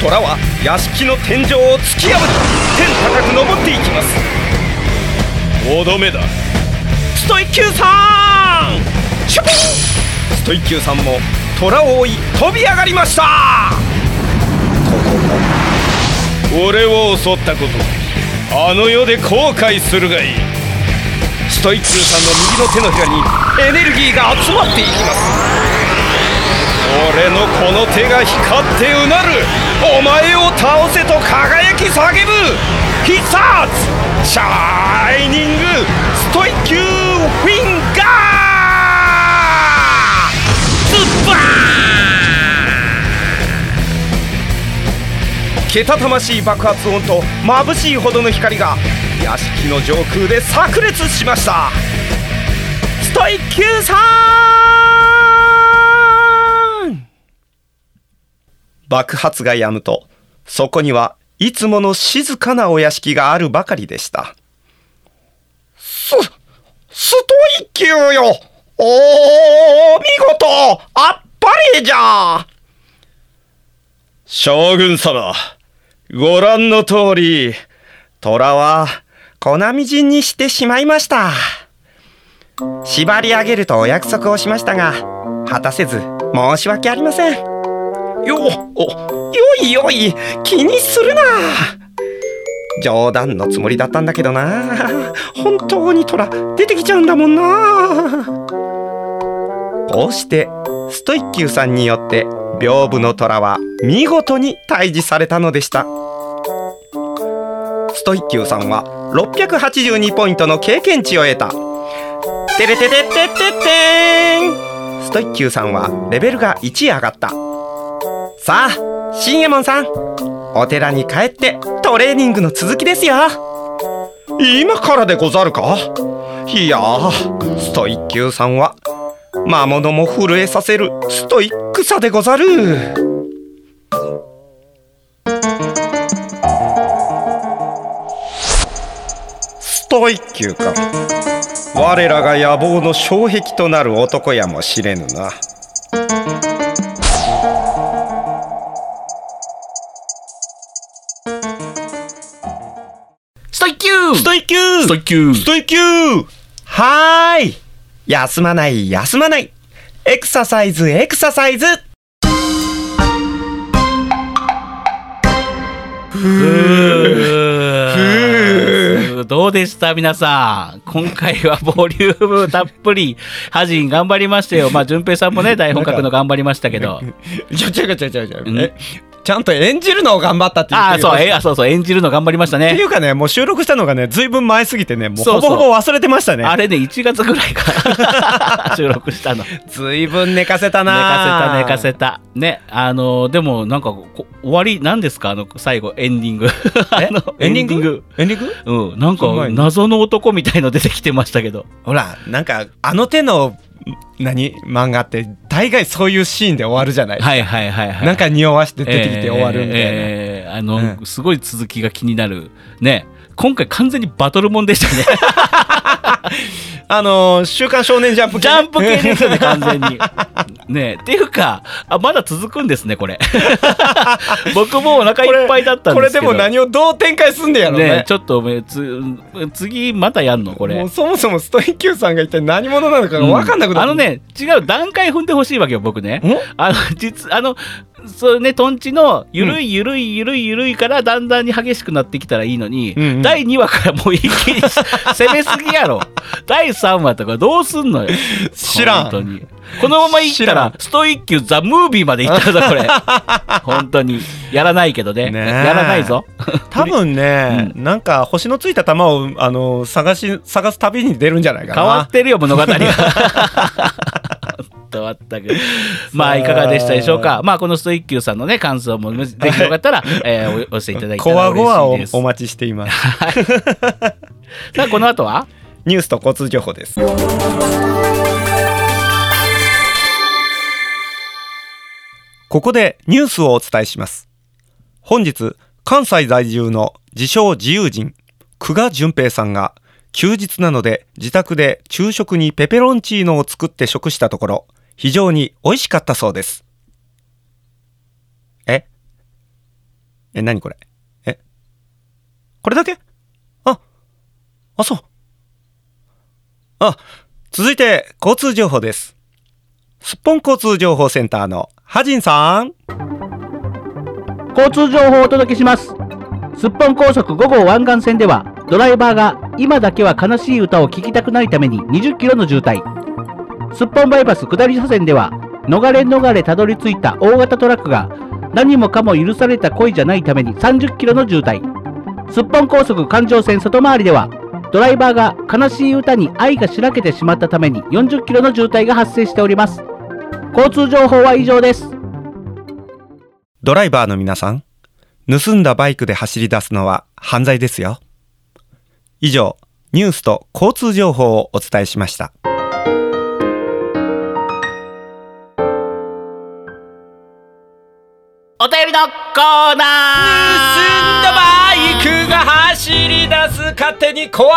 Speaker 2: 虎は屋敷の天井を突き破り天高く登っていきます
Speaker 3: 5度目だ
Speaker 2: ストイッキューさんシュピンストイッキューさんも虎を追い飛び上がりました
Speaker 3: 俺を襲ったことあの世で後悔するがいい
Speaker 2: ストイッキューさんの右の手のひらにエネルギーが集まっていきます俺のこの手が光ってうなるお前を倒せと輝き叫ぶ必殺シャイニングストイッキューフィンガーズバーけたたましい爆発音と眩しいほどの光が屋敷の上空で炸裂しましたストイッキューさん爆発が止むとそこにはいつもの静かなお屋敷があるばかりでしたスストイッキューよおお見事あっぱれじゃ
Speaker 3: 将軍様ご覧の通り
Speaker 2: 虎は粉みじんにしてしまいました縛り上げるとお約束をしましたが果たせず申し訳ありませんよおよいよい気にするな冗談のつもりだったんだけどな本当に虎出てきちゃうんだもんなこうしてストイッキューさんによって屏風の虎は見事に退治されたのでしたストイッキューさんは682ポイントの経験値を得たてれてててててーんストイッキューさんはレベルが1上がったさあ新右衛門さんお寺に帰ってトレーニングの続きですよ今からでござるかいやーストイッキューさんは魔物も震えさせるストイックさでござるストイッキューか我らが野望の障壁となる男やもしれぬな
Speaker 1: ストイッキュー
Speaker 2: ストイッキュー
Speaker 1: ストイッキュー
Speaker 3: ストイッキュー
Speaker 2: はーい休まない休まないエクササイズエクササイズ
Speaker 1: どうでした皆さん今回は (laughs) ボリュームたっぷりハジン頑張りましたよまあ順平さんもね台本書くの頑張りましたけど
Speaker 2: ちょちょちょちょちょ
Speaker 1: ん
Speaker 2: えちゃんと演じるのを頑張ったって言って
Speaker 1: ああそ
Speaker 2: るよ
Speaker 1: うえあそうそう演じるの頑張りました
Speaker 2: ってい
Speaker 1: ね
Speaker 2: うかねもう収録したのがねずいぶん前すぎてねもう
Speaker 1: そ
Speaker 2: ほ
Speaker 1: うそ
Speaker 2: ぼ
Speaker 1: う
Speaker 2: ほぼ忘れてましたね
Speaker 1: あれね1月ぐらいから
Speaker 2: (laughs)
Speaker 1: 収録したの
Speaker 2: ずいぶん寝かせた
Speaker 1: 寝か
Speaker 2: な
Speaker 1: せた寝かせたねあのーでもなんかこ終わりなんですかあの最後エンディング (laughs) あの
Speaker 2: エンディングエンディング
Speaker 1: うんなん
Speaker 2: すご
Speaker 1: か
Speaker 2: いね
Speaker 1: 謎の男みたいの出てきてましたけど
Speaker 2: ほらなんかあの手の何漫画って大概そういうシーンで終わるじゃない、
Speaker 1: はいはいはいはい
Speaker 2: (laughs) なんか匂わして出てきて終わるみたいな、
Speaker 1: えーえーあの、
Speaker 2: うん
Speaker 1: すごい続きが気になるね今回完全にバトルもんでしたね
Speaker 2: あのー週刊少年ジャンプ
Speaker 1: ジャンプ系
Speaker 2: (laughs)
Speaker 1: ですよね、完全に。ねえっていうかあ、まだ続くんですね、これ。僕もうお腹いっぱいだったん
Speaker 2: こ
Speaker 1: で
Speaker 2: れ
Speaker 1: すけ
Speaker 2: で
Speaker 1: ど。
Speaker 2: も何をどう展開すんねやろね
Speaker 1: ねえちょっとめつ次またやんのこ
Speaker 2: も
Speaker 1: れ
Speaker 2: う。そもそもストイキューさんが一体何者なのかが分かんなくな
Speaker 1: あ
Speaker 2: る、
Speaker 1: のね違う段階踏んでほしいわけよ僕ね
Speaker 2: ん
Speaker 1: あの実あのそうねとんちのゆるいゆるいゆるいゆるいからだんだんに激しくなってきたらいいのに、
Speaker 2: うんうん
Speaker 1: 第2話からもう一気に攻めすぎや
Speaker 2: (laughs)
Speaker 1: ろ第3話とかどうすんのよ
Speaker 2: 知ら
Speaker 1: 本当
Speaker 2: ん
Speaker 1: にこのままいっ
Speaker 2: 知
Speaker 1: た
Speaker 2: ら
Speaker 1: ら
Speaker 2: ん
Speaker 1: ストイッキュザ・ムービーまでいったぞこ
Speaker 2: (laughs)
Speaker 1: れ本当にやらないけどね
Speaker 2: ねえ
Speaker 1: やらないぞ
Speaker 2: 多分ね、なんか星のついた玉をあの探し探す旅に出るんじゃないか
Speaker 1: 変わ
Speaker 2: な
Speaker 1: ってるよ物語
Speaker 2: (laughs)
Speaker 1: が。変わったくまあいかがでしたでしょうかまあこのストイッキューさんのね感想もぜひよかっ
Speaker 2: (laughs)
Speaker 1: たら、えーおお寄せいただいた
Speaker 2: こ
Speaker 1: ら
Speaker 2: わごわ
Speaker 1: 嬉し
Speaker 2: を
Speaker 1: いです
Speaker 2: お待ちしています
Speaker 1: さあこの後は
Speaker 2: ニュースと交通情報ですここでニュースをお伝えします本日関西在住の自称自由人久賀淳平さんが休日なので自宅で昼食にペペロンチーノを作って食したところ非常に美味しかったそうですええ何これえこれだけああそうあ、続いて交通情報です。すっぽん交通情報センターのハジンさん。
Speaker 1: 交通情報をお届けしますすっぽん高速5号湾岸線ではドライバーが今だけは悲しい歌を聴きたくないために20キロの渋滞すっぽんバイパス下り車線では逃れ逃れたどり着いた大型トラックが何もかも許された恋じゃないために30キロの渋滞すっぽん高速環状線外回りではドライバーが悲しい歌に愛がしらけてしまったために40キロの渋滞が発生しております交通情報は以上です
Speaker 2: ドライバーの皆さん、盗んだバイクで走り出すのは犯罪ですよ。以上、ニュースと交通情報をお伝えしました。
Speaker 1: お便りのコーナー
Speaker 3: バイクが走り出す勝手に怖い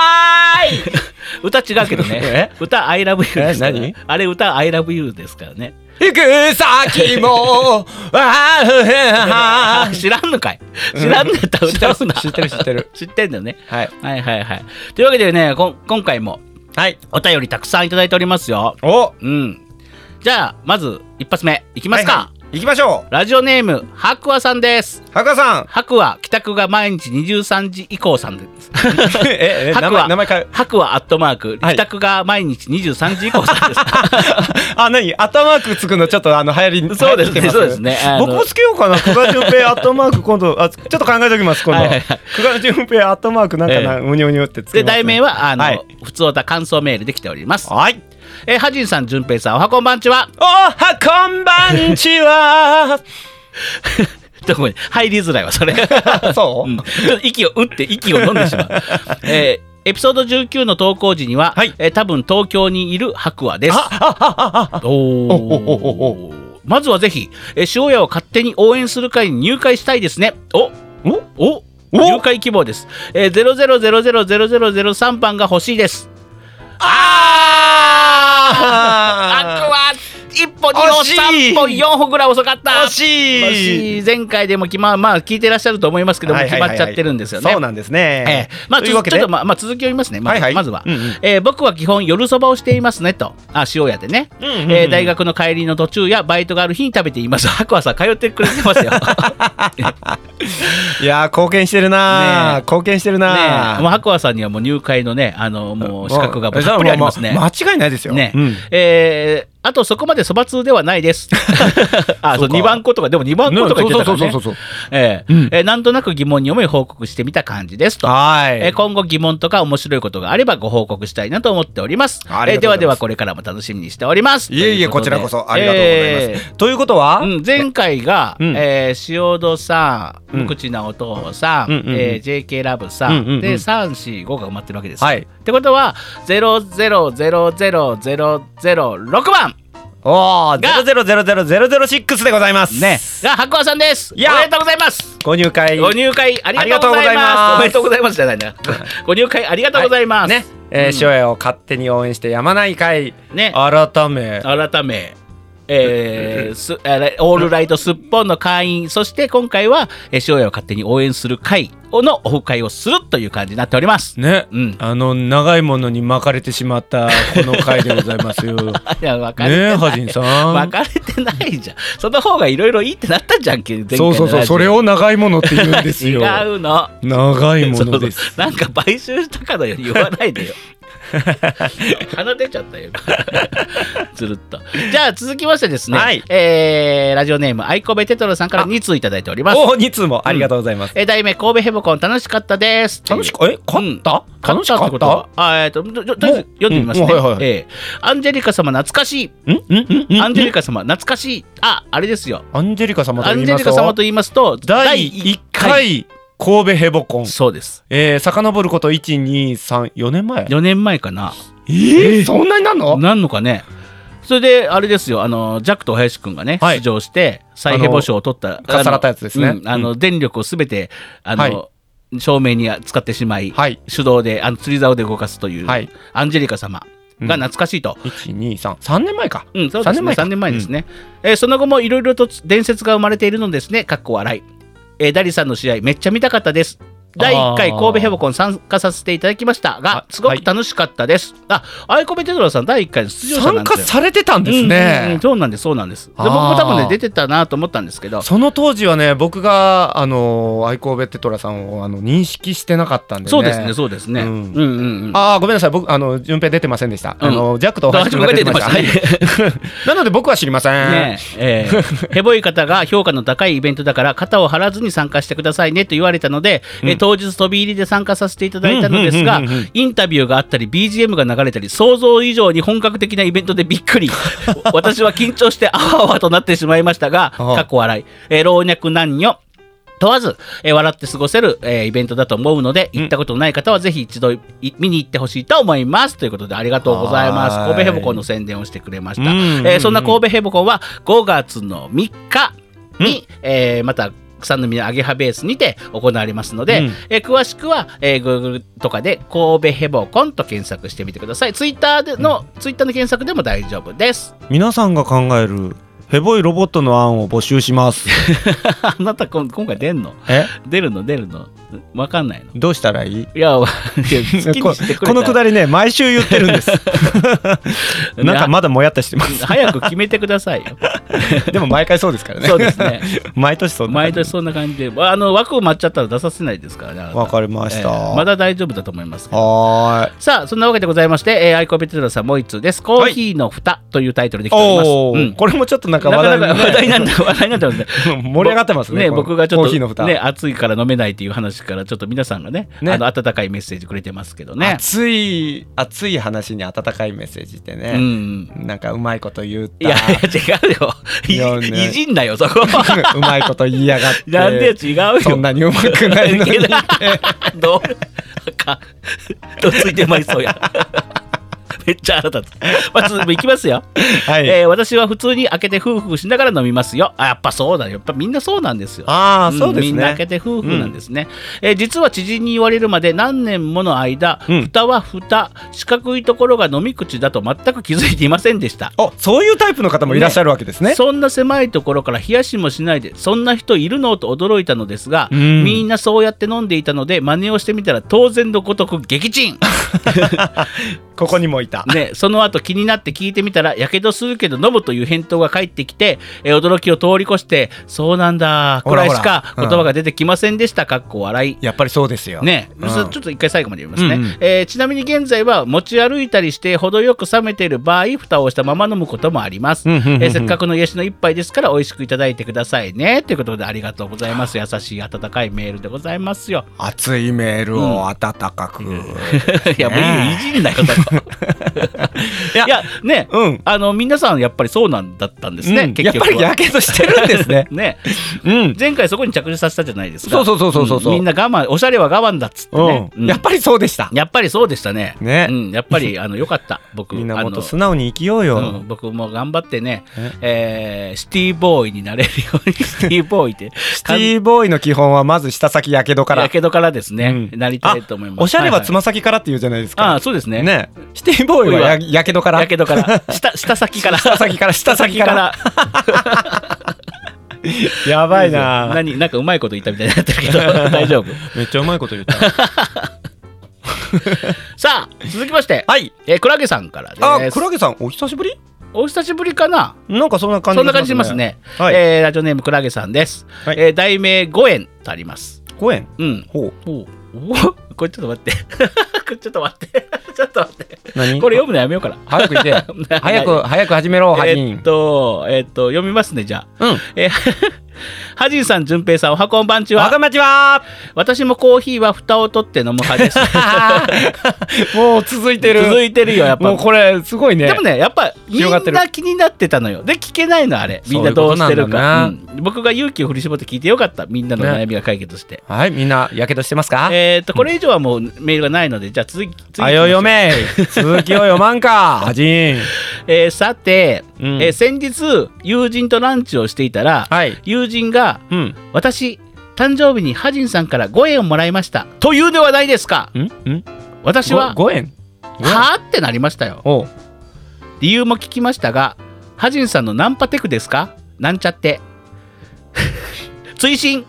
Speaker 1: 歌違うけど
Speaker 2: (laughs)
Speaker 1: ね歌「I love you」ですから
Speaker 2: え何
Speaker 1: あれ歌「I love you」ですからね
Speaker 3: (laughs) 行く先 (laughs) もあふへは
Speaker 1: 知らんのかい知らんのやったら歌うな
Speaker 2: 知ってる知ってる
Speaker 1: 知ってんだよね
Speaker 2: はい。
Speaker 1: はいはいはいというわけでねこん今回も
Speaker 2: はい。
Speaker 1: お便りたくさんいただいておりますよ
Speaker 2: お
Speaker 1: うんじゃあまず一発目いきますか、
Speaker 2: はいはい行きましょ
Speaker 1: ラジオネーム白亜さんです
Speaker 2: う。ハ
Speaker 1: (laughs)
Speaker 2: カさん。
Speaker 1: 白亜帰宅が毎日23時以降さん
Speaker 2: (laughs)
Speaker 1: です
Speaker 2: え (laughs)
Speaker 1: 白亜
Speaker 2: 変え。
Speaker 1: 白亜アットマーク
Speaker 2: はい
Speaker 1: 帰宅が毎日23時以降さんです
Speaker 2: あ、なに頭マークつくのちょっとあの流行り
Speaker 1: (laughs) そうですね
Speaker 2: 流行ってます
Speaker 1: そうですねあの
Speaker 2: 僕もつけようかな。久我淳平アットマーク今度あちょっと考えておきます今
Speaker 1: はい
Speaker 2: 度
Speaker 1: はいはい。
Speaker 2: 久我淳平アットマークなんかな、
Speaker 1: え
Speaker 2: うにょうにょってつけ
Speaker 1: で
Speaker 2: ます、
Speaker 1: 題名はあの、
Speaker 2: はい
Speaker 1: 普通歌感想メールで来ております。
Speaker 2: はい。
Speaker 1: えー、はじんさん、じゅんぺいさん、おはこんばんちは。 (laughs)
Speaker 2: おはこんばんちは。
Speaker 1: どこに入りづらいわそれ。
Speaker 2: (laughs) そうう。
Speaker 1: んちょっと息を打って息を飲んでし
Speaker 2: (laughs)
Speaker 1: まう。えーエピソード19の投稿時には、
Speaker 2: はい
Speaker 1: えー多分東京にいる白亜です。
Speaker 2: あ
Speaker 1: おー
Speaker 2: おおお
Speaker 1: まずはぜひ、えー塩屋を勝手に応援する会に入会したいですね。おお
Speaker 2: お
Speaker 1: 入会希望です。えー、0000003番が欲しいです。
Speaker 2: あ
Speaker 1: 白は一歩二歩
Speaker 2: 惜しい
Speaker 1: 三歩四歩ぐらい遅かった
Speaker 2: 惜しい。
Speaker 1: 惜しい前回でもきまあまあ聞いてらっしゃると思いますけども
Speaker 2: はい
Speaker 1: 決
Speaker 2: はいはい
Speaker 1: ま
Speaker 2: は
Speaker 1: っち
Speaker 2: い
Speaker 1: ゃってるんですよね。
Speaker 2: そうなんです
Speaker 1: ええ
Speaker 2: ね。
Speaker 1: まあ、
Speaker 2: と
Speaker 1: ち
Speaker 2: いう
Speaker 1: ょ
Speaker 2: わ
Speaker 1: ち
Speaker 2: け
Speaker 1: ょっ
Speaker 2: で
Speaker 1: と。まあまあ続きを言いますね、まず
Speaker 2: はいはい
Speaker 1: まずは、
Speaker 2: うんうん
Speaker 1: えー僕は基本、夜そばをしていますねと、あ塩屋でね、
Speaker 2: うんうんうん
Speaker 1: えー大学の帰りの途中やバイトがある日に食べています、白はさん、通ってくれて
Speaker 2: (laughs)
Speaker 1: ますよ、ね
Speaker 2: いやー貢献してるなー。
Speaker 1: ねえ
Speaker 2: 貢献してる
Speaker 1: え
Speaker 2: なー。
Speaker 1: もう白はさんにはもう入会のね、あのもう資格が
Speaker 2: も
Speaker 1: た
Speaker 2: う
Speaker 1: っぷりありますね。
Speaker 2: もうもう間違いないですよ。
Speaker 1: ね
Speaker 2: うん
Speaker 1: えーあとそこまでそば通ではない
Speaker 2: (laughs)
Speaker 1: です。あそう
Speaker 2: そうか
Speaker 1: 2番子とかでも2番子とか言ってたから
Speaker 2: そう
Speaker 1: ね
Speaker 2: そうそうそうそう。
Speaker 1: え
Speaker 2: うん
Speaker 1: ーえーなんとなく疑問に思い報告してみた感じですと。
Speaker 2: はい。
Speaker 1: えー今後疑問とか面白いことがあればご報告したいなと思っております。
Speaker 2: あり
Speaker 1: えー
Speaker 2: がと
Speaker 1: で
Speaker 2: うござ
Speaker 1: はい
Speaker 2: ます
Speaker 1: ではこれからも楽しみにしております。
Speaker 2: いえいえ、
Speaker 1: と
Speaker 2: こ
Speaker 1: う
Speaker 2: ち
Speaker 1: とで
Speaker 2: らこそありがとうございます。
Speaker 1: え
Speaker 2: ということは、
Speaker 1: ーうん、前回が、
Speaker 2: うん
Speaker 1: えー塩戸さん、
Speaker 2: うん
Speaker 1: 無口なお父さん、
Speaker 2: うんうんうん
Speaker 1: えー JK ラブさん、
Speaker 2: うんうんうん
Speaker 1: で345が埋まってるわけですよ。
Speaker 2: はい
Speaker 1: ってことは0 0 0 0 0 0 0 6番
Speaker 2: おお、ゼ
Speaker 1: が
Speaker 2: ロゼロゼロゼロゼロゼロシックスでございます。
Speaker 1: ね。が白鵬さんです。お
Speaker 2: いや
Speaker 1: めでとうございます。
Speaker 2: ご入会。
Speaker 1: ご入会ありがとうございます。お
Speaker 2: あ
Speaker 1: めで
Speaker 2: りがと
Speaker 1: と
Speaker 2: う
Speaker 1: うございますじゃないな。ご入会ありがとうございます。
Speaker 2: ね、えー、塩屋を勝手に応援してやまない会。
Speaker 1: ね
Speaker 2: 改め。
Speaker 1: 改め、えー、すあれオールライトすっぽんの会員、そして今回は、えー、塩屋を勝手に応援する会のオフ会をするという感じになっております。 (laughs)
Speaker 3: ね、
Speaker 1: うん
Speaker 3: あの長いものに巻かれてしまったこの回でございま
Speaker 1: (laughs)
Speaker 3: すよ。ね
Speaker 1: いや、分かれて
Speaker 3: え、
Speaker 1: ない。
Speaker 3: ハジンさ
Speaker 1: 分
Speaker 3: ん。
Speaker 1: かれてないじゃん。その方がいろいろいいってなったじゃんけ。前回の
Speaker 3: そうそうそう、
Speaker 1: ラジオ
Speaker 3: それを長いものって言うんですよ。
Speaker 1: 違うの。
Speaker 3: 長いものです。
Speaker 1: そうそうなんか買収したかのように言わないでよ。 (laughs) 鼻出ちゃったよ。 (laughs) ずるっと。じゃあ続きましてですね、
Speaker 2: はい
Speaker 1: えーラジオネームあいこべテトロさんから2通いただいております。
Speaker 2: おお、二通もありがとうございます。
Speaker 1: えー題名神戸ヘボコン楽しかったです。
Speaker 2: 楽しか、え、勝った。
Speaker 1: 楽しかったってことはあえっととととりあえず読んでみますね、
Speaker 3: うんうんはいはい
Speaker 1: えーアンジェリカ様懐かしい
Speaker 3: んんんん
Speaker 1: アンジェリカ様懐かしいああれですよ
Speaker 3: アンジェリカ様と
Speaker 1: ア
Speaker 3: 言
Speaker 1: ン
Speaker 3: い
Speaker 1: ジェ
Speaker 3: ま
Speaker 1: リ
Speaker 3: す
Speaker 1: カ様
Speaker 3: と
Speaker 1: と言いますと
Speaker 3: 第1
Speaker 1: 第一
Speaker 3: 回神戸ヘボコン、
Speaker 1: そうです
Speaker 3: えー、遡ること1234年前
Speaker 1: 4年前かな
Speaker 3: えーそんなになんの
Speaker 1: なんのかねそれであれですよあのジャックと林くんがね、
Speaker 3: はい
Speaker 1: 出場して再ヘボ賞を取った
Speaker 3: かっさらったやつですね
Speaker 1: うんあの電力をすべてあの、
Speaker 3: は
Speaker 1: 照明に使ってしまい、
Speaker 3: はい
Speaker 1: 手動であの釣り竿で動かすという、
Speaker 3: はい
Speaker 1: アンジェリカ様が懐かしいと。
Speaker 3: 1233年前か、
Speaker 1: うん、そうです
Speaker 3: 3年
Speaker 1: ね。
Speaker 3: 前か
Speaker 1: 3年前ですね。えーその後もいろいろと伝説が生まれているのですね。かっこ笑い。えーダリさんの試合めっちゃ見たかったです。第1回
Speaker 3: あー
Speaker 1: 神戸ヘボコン参加させていただきましたが
Speaker 3: あ、
Speaker 1: すごく楽しかったです。あ、アイコベテドラさん第1回の出場者な
Speaker 3: 参
Speaker 1: んです
Speaker 3: 加
Speaker 1: よ。
Speaker 3: されてたんです
Speaker 1: うんうんうん
Speaker 3: ね、
Speaker 1: そうなんです、そうなんです。で
Speaker 3: あ
Speaker 1: 僕
Speaker 3: ー
Speaker 1: も多分ね、出てたなと思ったんですけど、
Speaker 3: その当時はね僕があの愛神戸テトラさんをあの認識してなかったんで、ね、
Speaker 1: そうですね、そうですね。う
Speaker 3: うんん
Speaker 1: うんうん。
Speaker 3: ああごめんなさい僕あの順平出てませんでした、
Speaker 1: うん
Speaker 3: あのジャックとお
Speaker 1: 大
Speaker 3: 話
Speaker 1: 丈夫
Speaker 3: が
Speaker 1: が
Speaker 3: 出
Speaker 1: 出
Speaker 3: て
Speaker 1: て
Speaker 3: ま
Speaker 1: ま
Speaker 3: し
Speaker 1: したたね。
Speaker 3: (laughs) なので僕は知りません、
Speaker 1: ねえええ (laughs) ヘボい方が評価の高いイベントだから肩を張らずに参加してくださいねと言われたので、え当日飛び入りで参加させていただいたのですが
Speaker 3: うんうんうんうんうん
Speaker 1: インタビューがあったり BGM が流れたり想像以上に本格的なイベントでびっく
Speaker 3: (laughs)
Speaker 1: り私は緊張してあわあわとなってしまいましたが
Speaker 3: ああ
Speaker 1: 過去笑い、え老若男女問わず、えー笑って過ごせる、えーイベントだと思うので、行ったことない方はぜひ一度い見に行ってほしいと思います。ということで、ありがとうございます。
Speaker 3: はーい
Speaker 1: 神戸ヘボコンの宣伝をしてくれました。
Speaker 3: うんうんうん
Speaker 1: えーそんな神戸ヘボコンは5月の3日に、えーまた草の実のアゲハベースにて行われますので、
Speaker 3: うん
Speaker 1: えー詳しくは、えー Google とかで神戸ヘボコンと検索してみてください。Twitter での、Twitter の検索でも大丈夫です。
Speaker 3: 皆さんが考えるヘボいロボットの案を募集します
Speaker 1: (laughs) あなた今今回出んの
Speaker 3: え
Speaker 1: 出るの出るのわかんないの
Speaker 3: どうしたらいい
Speaker 1: いや、わいや好きにしてくれたら
Speaker 3: ここのくだりね毎週言ってるん (laughs) ですなんかまだもやっとしてます
Speaker 1: 早く決めてくださいよ。
Speaker 3: (laughs) でも毎回そうですからね
Speaker 1: そうですね。
Speaker 3: (laughs) 毎年そんな
Speaker 1: 毎年そんな感じで、あの枠を待っちゃったら出させないですからね。あなた
Speaker 3: わかりました、
Speaker 1: ええまだ大丈夫だと思いますけど。
Speaker 3: はーい
Speaker 1: さあ、そんなわけでございまして、えー、アイコンベテラさんもう一通です。コーヒーの蓋というタイトルで来ております。
Speaker 3: おお、
Speaker 1: うん
Speaker 3: これもちょっとなんか
Speaker 1: な
Speaker 3: 話
Speaker 1: か
Speaker 3: 題
Speaker 1: なか話題になった、話題になったので。
Speaker 3: ね盛り上がってますね
Speaker 1: ね
Speaker 3: この
Speaker 1: 僕がちょ
Speaker 3: コーヒーの
Speaker 1: っと
Speaker 3: 蓋、
Speaker 1: ね暑いから飲めないっていう話からちょっと皆さんがね
Speaker 3: ね
Speaker 1: あの温かいメッセージくれてますけどね。
Speaker 3: 熱い熱い話に温かいメッセージって
Speaker 1: う
Speaker 3: ね、
Speaker 1: ん、
Speaker 3: なんかうまいこと言った
Speaker 1: いやいや違う
Speaker 3: いや
Speaker 1: よい
Speaker 3: ね
Speaker 1: いじんなよそこ
Speaker 3: (laughs) う (laughs) まいこと言いやがって
Speaker 1: なんで違うよ
Speaker 3: (laughs) そんなにうま
Speaker 1: (laughs)
Speaker 3: くないのに
Speaker 1: どうかどついてまいそうや (laughs) めっちゃ腹立つまあ続きいきますよ、
Speaker 3: はい、
Speaker 1: えー私は普通に開けて夫婦しながら飲みますよあやっぱそうだよやっぱみんなそうなんですよ
Speaker 3: ああ
Speaker 1: ん
Speaker 3: そうですね、
Speaker 1: みんな開けて夫婦なんですね、えー実は知人に言われるまで何年もの間、
Speaker 3: うん
Speaker 1: 蓋は蓋四角いところが飲み口だと全く気づいていませんでした
Speaker 3: おそういうタイプの方もいらっしゃるわけですね
Speaker 1: そんな狭いところから冷やしもしないでそんな人いるのと驚いたのですが、
Speaker 3: うん
Speaker 1: みんなそうやって飲んでいたので真似をしてみたら当然のごとく撃
Speaker 3: (laughs)
Speaker 1: 沈
Speaker 3: ここにもいた
Speaker 1: ねその後気になって聞いてみたらやけどするけど飲むという返答が返ってきてえー驚きを通り越してそうなんだ
Speaker 3: ほ
Speaker 1: こ
Speaker 3: ら
Speaker 1: れ
Speaker 3: ほら
Speaker 1: しか言葉が出てきませんでした、かっこ笑い
Speaker 3: やっぱりそうですよ
Speaker 1: ね、
Speaker 3: うん
Speaker 1: そちょっと一回最後まで読みますね、
Speaker 3: うんうん
Speaker 1: えーちなみに現在は持ち歩いたりして程よく冷めている場合蓋をしたまま飲むこともあります、
Speaker 3: うんうんうんうん
Speaker 1: えーせっかくの癒しの一杯ですから美味しくいただいてくださいねということでありがとうございます優しい温かいメールでございますよ
Speaker 3: (laughs) 熱いメールを温かく、 (laughs)
Speaker 1: いやもういいよいじんなよそこ
Speaker 3: いや
Speaker 1: いやね、
Speaker 3: うん
Speaker 1: あの皆さんやっぱりそうなんだったんですね、
Speaker 3: うんや
Speaker 1: 結
Speaker 3: っぱ
Speaker 1: 局
Speaker 3: り
Speaker 1: は。
Speaker 3: やけどしてるんですね
Speaker 1: (laughs) ね
Speaker 3: うん。
Speaker 1: 前回そこに着手させたじゃないですか
Speaker 3: そうそうそうそうそうそうん
Speaker 1: みんな我慢おしゃれは我慢だっつってね、
Speaker 3: う。
Speaker 1: うんん
Speaker 3: やっぱりそうでした。
Speaker 1: やっぱりそうでしたね
Speaker 3: ね
Speaker 1: うん、やっぱりあのよか
Speaker 3: (laughs)
Speaker 1: った僕
Speaker 3: みんな
Speaker 1: あ
Speaker 3: もっ
Speaker 1: の
Speaker 3: と素直に生きよう
Speaker 1: う
Speaker 3: よ
Speaker 1: ん、。僕も頑張ってね、えーシティボーイになれるよ
Speaker 3: (laughs)
Speaker 1: うにシティボーイってシ
Speaker 3: シティボーイの基本はまず下先やけどから
Speaker 1: や。けどからですね、
Speaker 3: うん
Speaker 1: なりたいと思います
Speaker 3: おしゃれはつ
Speaker 1: ま
Speaker 3: ま先からって言うじゃないです
Speaker 1: はいはいあ
Speaker 3: か
Speaker 1: あ。そうですね
Speaker 3: ね。シティボーイはや
Speaker 1: ボ
Speaker 3: やけどから。
Speaker 1: やけど
Speaker 3: (laughs)
Speaker 1: から下下先から
Speaker 3: 下先から下先
Speaker 1: 下
Speaker 3: から。やばいな。
Speaker 1: 何なんかうまいこと言ったみたいになってる
Speaker 3: (laughs)
Speaker 1: けど大丈夫
Speaker 3: めっちゃうまいこと言った。
Speaker 1: さあ続きまして、
Speaker 3: (laughs) はい。
Speaker 1: えー、クラゲさんからです
Speaker 3: あ、クラゲさんお久しぶり？
Speaker 1: お久しぶりかな
Speaker 3: なんかそんな感じ
Speaker 1: そんな感じします。ね、
Speaker 3: はい
Speaker 1: えーラジオネームクラゲさんです、
Speaker 3: はい
Speaker 1: えー題名5円とあります
Speaker 3: 公園。
Speaker 1: うん
Speaker 3: ほう。
Speaker 1: お (laughs) おこれちょっと待って (laughs) これちょっと待って (laughs) ちょっと待って
Speaker 3: 何？
Speaker 1: これ読むのやめようかな
Speaker 3: 早く行って。
Speaker 1: (laughs)
Speaker 3: 早く早く始めろハジ
Speaker 1: えーっ
Speaker 3: ン。
Speaker 1: と、えーっと、読みますね、じゃあ。
Speaker 3: うん
Speaker 1: え (laughs) ーハジンさん、淳平さん、おはこんばんち
Speaker 3: わ
Speaker 1: は。
Speaker 3: がまちは。
Speaker 1: 私もコーヒーは蓋を取って飲む派
Speaker 3: (laughs)
Speaker 1: です。 (laughs)
Speaker 3: もう続いてる。
Speaker 1: 続いてるよ、やっぱ。
Speaker 3: もうこれすごいね。
Speaker 1: でもね、やっぱみ
Speaker 3: 広がって
Speaker 1: ん
Speaker 3: る
Speaker 1: な気になってたのよ。で、聞けないの、あれ。みんなどうしてるか。
Speaker 3: そういうこ
Speaker 1: うん僕が勇気を振り絞って聞いてよかった。みんなの悩みが解決して。
Speaker 3: はい、みんなやけどしてますか？
Speaker 1: えーっと、これ以上はもうメールがないので、じゃあ続き、続き
Speaker 3: あよ読め。続きを読ま
Speaker 1: (laughs)
Speaker 3: んか。はじん。
Speaker 1: えーさて、
Speaker 3: うん
Speaker 1: えー先日、友人とランチをしていたら、
Speaker 3: はい。
Speaker 1: 友人が、
Speaker 3: うん。
Speaker 1: 私誕生日にハジンさんから5円をもらいましたというではないですか
Speaker 3: うん？うん？
Speaker 1: 私は
Speaker 3: ごご円。ご円
Speaker 1: はあってなりましたよ
Speaker 3: おう。
Speaker 1: 理由も聞きましたがハジンさんのナンパテクですかなんちゃって (laughs) 追伸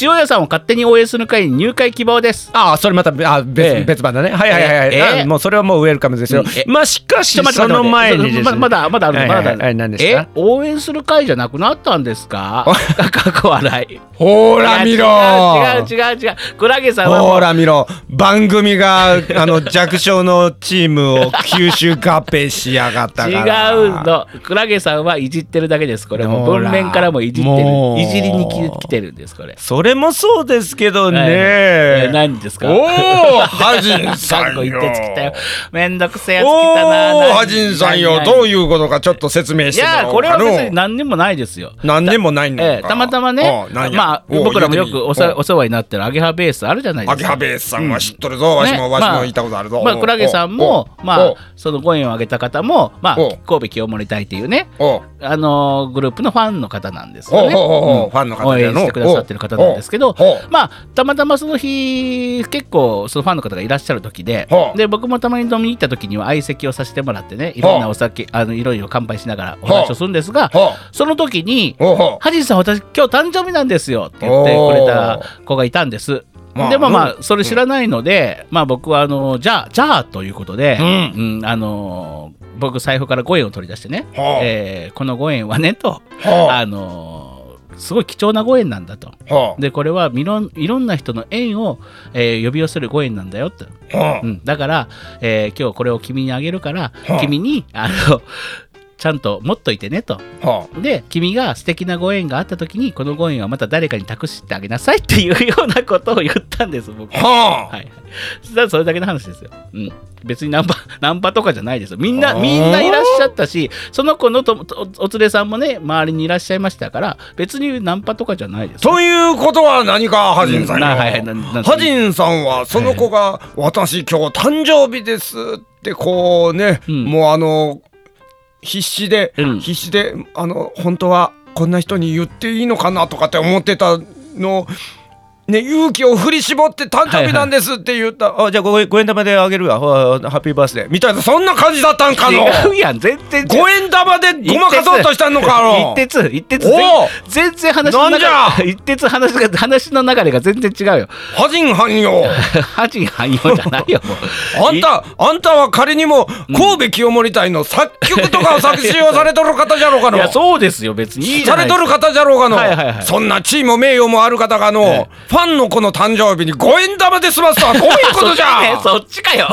Speaker 1: 塩屋さんを勝手に応援する会に入会希望です
Speaker 3: ああそれまたべあ別、
Speaker 1: ええ
Speaker 3: 別番だねはいはいはいはい、
Speaker 1: ええ
Speaker 3: あもうそれはもうウェルカムですよ、
Speaker 1: うんえ
Speaker 3: まあしかし
Speaker 1: ちょ待っ
Speaker 3: そ
Speaker 1: て
Speaker 3: の
Speaker 1: 待
Speaker 3: 前
Speaker 1: って
Speaker 3: に
Speaker 1: 待
Speaker 3: で
Speaker 1: って
Speaker 3: すね
Speaker 1: ままだまだある
Speaker 3: はいは
Speaker 1: ま
Speaker 3: いはい
Speaker 1: だある
Speaker 3: はい何です
Speaker 1: え
Speaker 3: か
Speaker 1: 応援する会じゃなくなったんです (laughs) か過去笑い
Speaker 3: ほら見ろ
Speaker 1: 違う違う違う違うクラゲさんはもう
Speaker 3: ほら見ろ番組があの弱小のチームを吸収合併しやがったから
Speaker 1: 違うのクラゲさんはいじってるだけですこれもう
Speaker 3: ほら
Speaker 1: 文面からもいじって
Speaker 3: もう
Speaker 1: るいじりにき来てるんですこれ
Speaker 3: それもそうですけどね、
Speaker 1: はいえー何ですか
Speaker 3: おお (laughs) ハジンさ
Speaker 1: かっ
Speaker 3: ん
Speaker 1: こ言
Speaker 3: よ
Speaker 1: ってつきたよめんどくせえやつ来
Speaker 3: お
Speaker 1: たな
Speaker 3: お
Speaker 1: 何
Speaker 3: ハジンさんよ
Speaker 1: 何
Speaker 3: どういうことかちょっと説明
Speaker 1: い
Speaker 3: してもら
Speaker 1: や
Speaker 3: おう
Speaker 1: これ
Speaker 3: か
Speaker 1: は
Speaker 3: の
Speaker 1: 別に何にもないですよ
Speaker 3: 何でもないのか、
Speaker 1: ええたまたまね
Speaker 3: おうなんや
Speaker 1: まあ
Speaker 3: おう
Speaker 1: 僕らもよ
Speaker 3: 言う
Speaker 1: く
Speaker 3: てみ
Speaker 1: おさ
Speaker 3: おう
Speaker 1: お世話になってるアゲハベースあるじゃないで
Speaker 3: ア
Speaker 1: す
Speaker 3: キ
Speaker 1: か
Speaker 3: ハベースさんは知っとるぞ、わしも
Speaker 1: ね
Speaker 3: わし
Speaker 1: ま
Speaker 3: も
Speaker 1: あ
Speaker 3: いたことあるぞ、
Speaker 1: まあクラゲさんもまあそのご縁をあげた方もまあ
Speaker 3: お
Speaker 1: 神戸清盛隊というね
Speaker 3: あおう
Speaker 1: あのーグループのファンの方なんです
Speaker 3: おうお
Speaker 1: よ
Speaker 3: う
Speaker 1: ね。
Speaker 3: おう
Speaker 1: うん
Speaker 3: ファンの方
Speaker 1: 応
Speaker 3: で
Speaker 1: 援
Speaker 3: の
Speaker 1: してくださってる方なんですけど
Speaker 3: おうおう、
Speaker 1: まあ、たまたまその日、結構そのファンの方がいらっしゃる時で
Speaker 3: お、う
Speaker 1: で、僕もたまに飲みに行った時には相席をさせてもらってね、いろんなお酒、あのいろいろ乾杯しながらお話をするんですが、
Speaker 3: おう
Speaker 1: その時に、
Speaker 3: おうおう
Speaker 1: ハジンさん、私、今日誕生日なんですよって言ってくれた子がいたんです。
Speaker 3: まあ
Speaker 1: でもま
Speaker 3: う
Speaker 1: あ、それ知らないので、まあ僕は、あの、じゃあ、じゃあということで、うんあのー僕、財布から5円を取り出してね、
Speaker 3: はあ
Speaker 1: えーこの5円はね、と、
Speaker 3: はあ
Speaker 1: あのーすごい貴重なご縁なんだと。
Speaker 3: は
Speaker 1: でこれはいろんいろんな人の縁を、えー呼び寄せるご縁なんだよって、
Speaker 3: あは
Speaker 1: うん、だから、えー今日これを君にあげるから、
Speaker 3: はあ
Speaker 1: 君にあのちゃんと持っといてねと
Speaker 3: あは
Speaker 1: で君が素敵なご縁があった時にこのご縁はまた誰かに託してあげなさいっていうようなことを言ったんです僕
Speaker 3: あはあ
Speaker 1: はい、ただそれだけの話ですよ、うん、別にナンパ (laughs) ナンパとかじゃないですよみんな
Speaker 3: あー
Speaker 1: みんないらっしゃったしその子のとおお連れさんもね周りにいらっしゃいましたから別にナンパとかじゃないです
Speaker 3: ということは何かハジンさんよ、
Speaker 1: なはいはいなな
Speaker 3: ハジンさんはその子が「私今日誕生日です」ってこうね、
Speaker 1: うん
Speaker 3: もうあの必死で、
Speaker 1: うん
Speaker 3: 必死であの本当はこんな人に言っていいのかなとかって思ってたの。ね、勇気を振り絞って誕生日なんですって言った、あじゃあごご円玉であげるわほらハッピーバースデーみたいなそんな感じだったんかの
Speaker 1: 違うやん全然違う
Speaker 3: 五円玉でごまかそうとしたのかの
Speaker 1: 一徹一徹
Speaker 3: おう
Speaker 1: 全然話の
Speaker 3: なん
Speaker 1: 流
Speaker 3: じゃ
Speaker 1: れ一徹話が話の流れが全然違うよ
Speaker 3: ハジン汎用
Speaker 1: ハジン汎用じゃないよもう
Speaker 3: あんた、あんたは仮にも神戸清盛隊の作曲とかを作詞をされとる方じゃろうか
Speaker 1: (laughs) い
Speaker 3: の。
Speaker 1: やそうですよ別にいいじゃ
Speaker 3: さ
Speaker 1: な
Speaker 3: れ
Speaker 1: い
Speaker 3: とる方じゃろうかの、
Speaker 1: はいはいはい
Speaker 3: そんな地位も名誉もある方がの、
Speaker 1: え
Speaker 3: ファンの子の誕生日に五円玉で済ますとはどういうこと
Speaker 1: (laughs)
Speaker 3: じゃ
Speaker 1: そっちかよ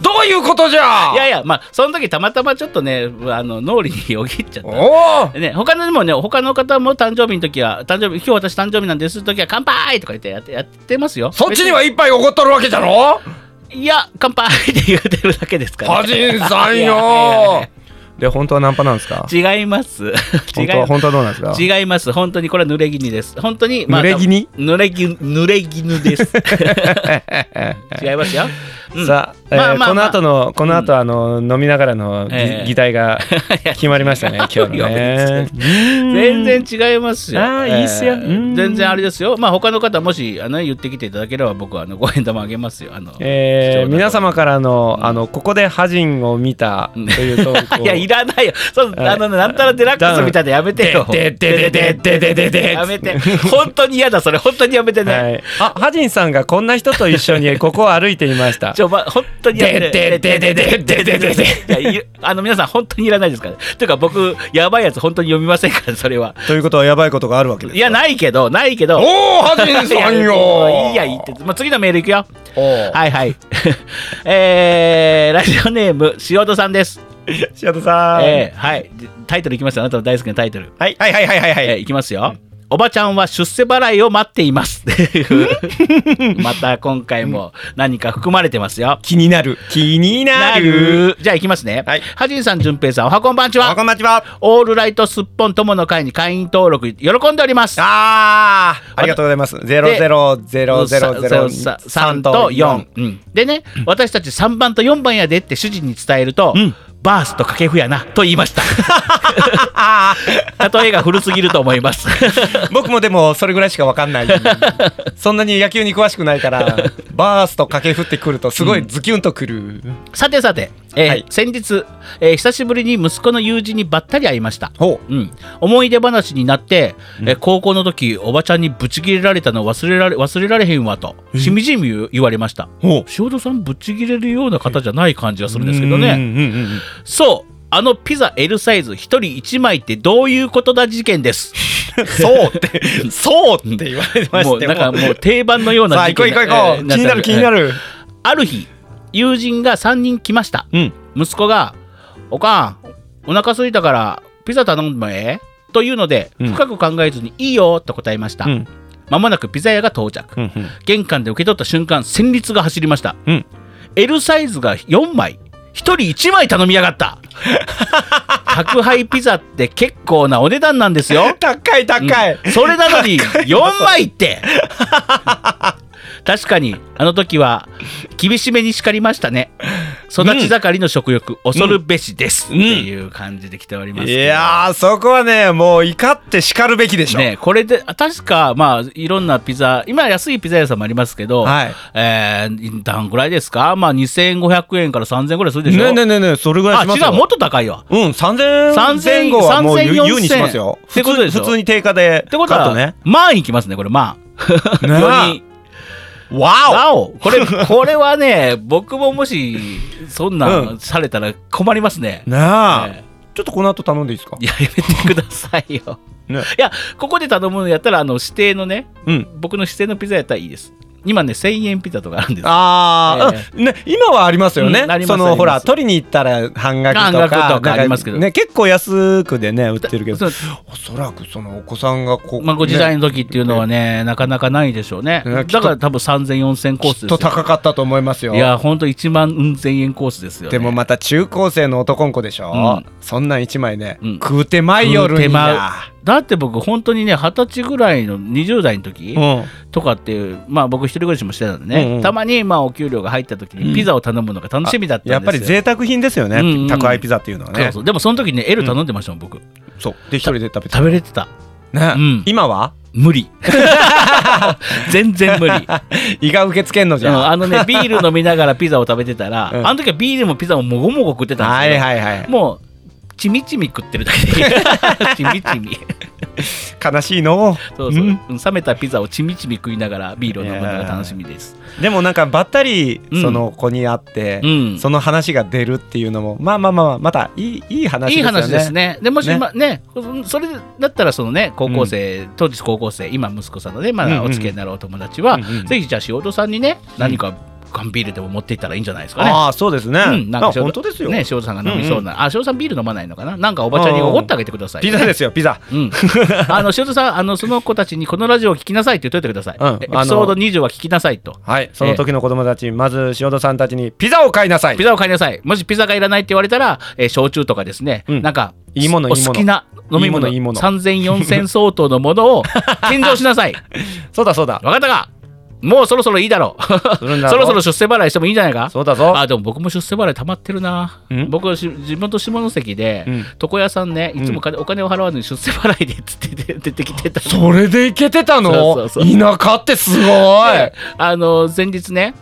Speaker 3: どういうことじ
Speaker 1: (laughs)
Speaker 3: ゃ
Speaker 1: いやいやまあその時たまたまちょっとねあの脳裏によぎっちゃった
Speaker 3: おお
Speaker 1: ね、他のにもね他の方も誕生日の時は誕生日今日私誕生日なんです時は乾杯とか言ってやってやってますよ
Speaker 3: そっちには
Speaker 1: 別
Speaker 3: 一杯おごっとるわけじゃろ
Speaker 1: いや、乾杯って言うてるだけですから、
Speaker 2: 歌人さん
Speaker 1: いやいやい
Speaker 2: よ
Speaker 4: で本当はナンパなんですか
Speaker 1: 違います。違
Speaker 4: 本
Speaker 1: い
Speaker 4: 当は本当はどうなんですか
Speaker 1: 違います。本当にこれは濡れ衣です。本当に、
Speaker 4: 濡れ衣
Speaker 1: 濡れ衣濡れ衣です。 (laughs) 違いますよ。うん
Speaker 4: さあ、えー
Speaker 1: まあまあ
Speaker 4: この後のこの後あの、飲みながらのぎ、
Speaker 1: ええ
Speaker 4: 議題が決まりましたね今日の
Speaker 1: いや
Speaker 4: ね。
Speaker 1: 全然違いますよ。
Speaker 4: あーいいっすようん
Speaker 1: 全然あれですよ。まあ他の方もしあの言ってきていただければ僕はあのご縁玉あげますよ。あの、
Speaker 4: えー
Speaker 1: 貴重な
Speaker 4: 皆様からの,、あのここでハジンを見たという投稿
Speaker 1: (laughs) いやいらないよ。そう
Speaker 4: はい
Speaker 1: あのなんたらデラックスみたいなのやめてよ。
Speaker 4: でででででででで
Speaker 1: やめて。本当に嫌だそれ。本当にやめて
Speaker 4: は
Speaker 1: ね。
Speaker 4: い、あハジンさんがこんな人と一緒
Speaker 2: (laughs)
Speaker 4: にここを歩いていました
Speaker 1: ちょま本当にやめ
Speaker 4: で
Speaker 1: て。
Speaker 4: でででででででで
Speaker 1: いやいあの皆さん本当にいらないですから。というか僕やばいやつ本当に読みませんからそれは。
Speaker 2: ということはやばいことがあるわけです
Speaker 1: いやないけどないけど。
Speaker 2: おおハジンさんよ
Speaker 1: いいやいいって。まあ、次のメールいくよ。
Speaker 2: おー
Speaker 1: はいはい。 (laughs) えー、ラジオネーム、塩戸さんです。
Speaker 4: 塩田さん、
Speaker 1: えー、はい。タイトルいきますよ。あなたの大好きなタイトル。
Speaker 2: はいはいはいはいはいはい
Speaker 1: えー、いきますよ。おばちゃんは出世払いを待っています。っていうまた今回も何か含まれてますよ。
Speaker 4: 気になる気になる
Speaker 1: じゃあいきますね。
Speaker 2: はい
Speaker 1: はじいさん、じゅんぺいさん、おはこんばんち
Speaker 2: あ
Speaker 1: は
Speaker 2: こ。んばんちは
Speaker 1: オールライトすっぽん友の会に会員登録喜んでおります。
Speaker 2: あーありがとうございますゼロゼロゼロゼロゼロ
Speaker 1: 3と4、うんでね私たち3番と4番やでって主人に伝えると、バースと掛布やなと言いま
Speaker 2: (laughs)
Speaker 1: した例えが古すぎると思い
Speaker 2: (laughs)
Speaker 1: ます
Speaker 2: 僕もでもそれぐらいしかわか
Speaker 4: (laughs)
Speaker 2: んないそんなに野球に詳しくないからバースと駆け振ってくるとすごいズキュンとくる、
Speaker 1: さてさて、えー
Speaker 2: はい
Speaker 1: 先日、えー久しぶりに息子の友人にばったり会いました
Speaker 2: ほ
Speaker 1: うん、思い出話になって、えー高校の時おばちゃんにブチギレられたの忘れられ忘れられへんわとしみじみ言う言われました
Speaker 2: ほ
Speaker 1: 塩田さんブチギレるような方じゃない感じがするんですけど
Speaker 2: うん
Speaker 1: ね
Speaker 2: うんうんうん
Speaker 1: そうあのピザ L サイズ1人1枚ってどういうことだ事件です。
Speaker 2: そうって (laughs) そうって言われてま
Speaker 1: も
Speaker 2: し
Speaker 1: う
Speaker 2: て
Speaker 1: なんかもう定番のような
Speaker 2: さあ行こう行こう行こう気になる気にな
Speaker 1: る。
Speaker 2: る
Speaker 1: ある日友人が3人来ました。
Speaker 2: うん
Speaker 1: 息子が「おかんお腹空いたからピザ頼んでもええ?」というので
Speaker 2: うん
Speaker 1: 深く考えずに「いいよ」と答えました。
Speaker 2: うん
Speaker 1: まもなくピザ屋が到着、
Speaker 2: うんうん
Speaker 1: 玄関で受け取った瞬間戦慄が走りました、
Speaker 2: うん
Speaker 1: L サイズが4枚1人1枚頼みやがった
Speaker 2: (laughs)
Speaker 1: 宅配ピザって結構なお値段なんですよ
Speaker 2: 高い高い、
Speaker 1: それなのに4枚って確かにあの時は厳しめに叱りましたね育ち盛りの食欲、恐るべしです、
Speaker 2: うん
Speaker 1: っていう感じで来ております
Speaker 2: い
Speaker 1: けど
Speaker 2: やーそこはねもう怒って叱るべきでしょ、
Speaker 1: ね、これであ確かまあいろんなピザ今安いピザ屋さんもありますけど、
Speaker 2: はい
Speaker 1: えー、何ぐらいですかまあ2500円から3000円ぐらいするでしょ、
Speaker 2: ねねねねそれぐらい
Speaker 1: あ
Speaker 2: します
Speaker 1: 違
Speaker 2: よ
Speaker 1: うもっと高いわ
Speaker 2: うん3000
Speaker 1: 3000
Speaker 2: 前後はもう優
Speaker 1: 3000
Speaker 2: 優にしますよ
Speaker 1: って
Speaker 2: 普
Speaker 1: こと
Speaker 2: 通
Speaker 1: でしょ
Speaker 2: 普通に定価で
Speaker 1: ってこと
Speaker 2: カ
Speaker 1: は、
Speaker 2: ットね
Speaker 1: 万いきますねこれ万
Speaker 2: ね
Speaker 1: (laughs) 4人
Speaker 2: わ
Speaker 1: なおこれ
Speaker 2: (laughs)
Speaker 1: これはね僕ももしそんなんされたら困りますね
Speaker 2: お、なあ、
Speaker 1: え
Speaker 2: ちょっとこの後頼んでいいですか
Speaker 1: いややめてくださいよ、
Speaker 2: ね
Speaker 1: いやここで頼むのやったらあの指定のね、
Speaker 2: うん
Speaker 1: 僕の指定のピザやったらいいです今ね1000円ピザとかあるんです
Speaker 2: ああ、
Speaker 1: え
Speaker 2: うんね今はありますよね。
Speaker 1: うんあります
Speaker 2: そ
Speaker 1: ありま
Speaker 2: の
Speaker 1: す
Speaker 2: ほら取りに行ったら半額とか
Speaker 1: 半額とか
Speaker 2: なん
Speaker 1: ありますけど
Speaker 2: ね結構安くでね売ってるけど、
Speaker 1: そう
Speaker 2: おそらくそのお子さんがこう、
Speaker 1: まあ、ご時代
Speaker 2: ね
Speaker 1: の時っていうのはねなかなかないでしょうね。
Speaker 2: ね
Speaker 1: だから多分3000、4000コース
Speaker 2: き
Speaker 1: で
Speaker 2: っと
Speaker 1: すよ。
Speaker 2: 高かったと思いますよ。
Speaker 1: いや、ほんと1万うん千円コースですよ、ね。
Speaker 2: でもまた中高生の男の子でしょ、
Speaker 1: うん
Speaker 2: そんなん一枚ね、
Speaker 1: うん
Speaker 2: 食うてまい夜にな
Speaker 1: だって僕、本当にね、二十歳ぐらいの20代の時
Speaker 2: うん
Speaker 1: とかっていう、まあ僕、一人暮らしもしてたんでね、
Speaker 2: うんうん
Speaker 1: たまにまあお給料が入った時にピザを頼むのが楽しみだったんですよ。
Speaker 2: やっぱり贅沢品ですよね、
Speaker 1: うんうん
Speaker 2: 宅配ピザっていうのはね
Speaker 1: そうそうでもその時ね、L 頼んでましたもん、僕。
Speaker 2: そうで一人で食べて
Speaker 1: 食べれてた。
Speaker 2: ね、
Speaker 1: うん
Speaker 2: 今は
Speaker 1: 無
Speaker 2: (laughs)
Speaker 1: 理。全然無理。
Speaker 2: 胃が受け付けんのじ
Speaker 1: でも
Speaker 2: ゃん
Speaker 1: あのね、ビール飲みながらピザを食べてたら、
Speaker 2: うん
Speaker 1: あの時はビールもピザももごもご食ってたんです
Speaker 2: は
Speaker 1: けど、
Speaker 2: いはいはい
Speaker 1: もうちみちみ食ってるだけでいいちみちみ
Speaker 2: 悲しいの
Speaker 1: (laughs) そうそう、
Speaker 2: うん
Speaker 1: うん冷めたピザをちみちみ食いながらビールを飲むのが楽しみです、
Speaker 2: でもなんかばったり
Speaker 1: うん
Speaker 2: その子に会って、
Speaker 1: うん
Speaker 2: その話が出るっていうのもまあまあまあまあまたいいいい話
Speaker 1: い
Speaker 2: ですよね
Speaker 1: い話ですねでもし
Speaker 2: ね
Speaker 1: 今ねそれだったらそのね高校生、当時高校生今息子さんのねま
Speaker 2: うん
Speaker 1: だ
Speaker 2: うん
Speaker 1: お付き合いになるお友達は、
Speaker 2: うんうん
Speaker 1: ぜひじゃあ塩戸さんにね何か缶ビールでも持っていったらいいんじゃないですかね。
Speaker 5: ああ、そうですね。
Speaker 1: うん、なんか
Speaker 5: あ本当ですよ。
Speaker 1: ね、翔さんが飲みそうな、あ、翔さんビール飲まないのかな、なんかおばちゃんにおごってあげてください。
Speaker 5: ピザですよ、ピザ。
Speaker 1: うん、あの、翔さん、あの、その子たちにこのラジオを聞きなさいって言っといてください。
Speaker 5: うん
Speaker 1: えエピソード20は聞きなさいと。
Speaker 5: はい、その時の子供たち、まず塩戸さんたちにピザを買いなさい
Speaker 1: ピ。ザを買いなさい。もしピザがいらないって言われたら、えー焼酎とかですね、
Speaker 5: うん
Speaker 1: なんか、
Speaker 5: いいもの
Speaker 1: お
Speaker 5: いいもの
Speaker 1: 好きな飲
Speaker 5: いい
Speaker 1: み物、
Speaker 5: ものいいもの
Speaker 1: 3000、4000相当のものを献上しなさい。
Speaker 5: そうだそう
Speaker 1: (laughs)
Speaker 5: だ。
Speaker 1: わかったかもうそろそろいいだろう。
Speaker 5: するんだ
Speaker 1: そ
Speaker 5: ぞ
Speaker 1: ろそろ出世払いしてもいいんじゃないか
Speaker 5: そうだぞ。
Speaker 1: あでも僕も出世払い溜まってるなん僕し地元下関で、
Speaker 5: うん
Speaker 1: 床屋さんねいつも金、お金を払わずに出世払いでっつって出出てきてた
Speaker 5: そ
Speaker 1: の
Speaker 5: れでいけてたの
Speaker 1: そうそうそ
Speaker 5: 田舎ってす
Speaker 2: (laughs)
Speaker 5: ごい、
Speaker 1: であの前日ね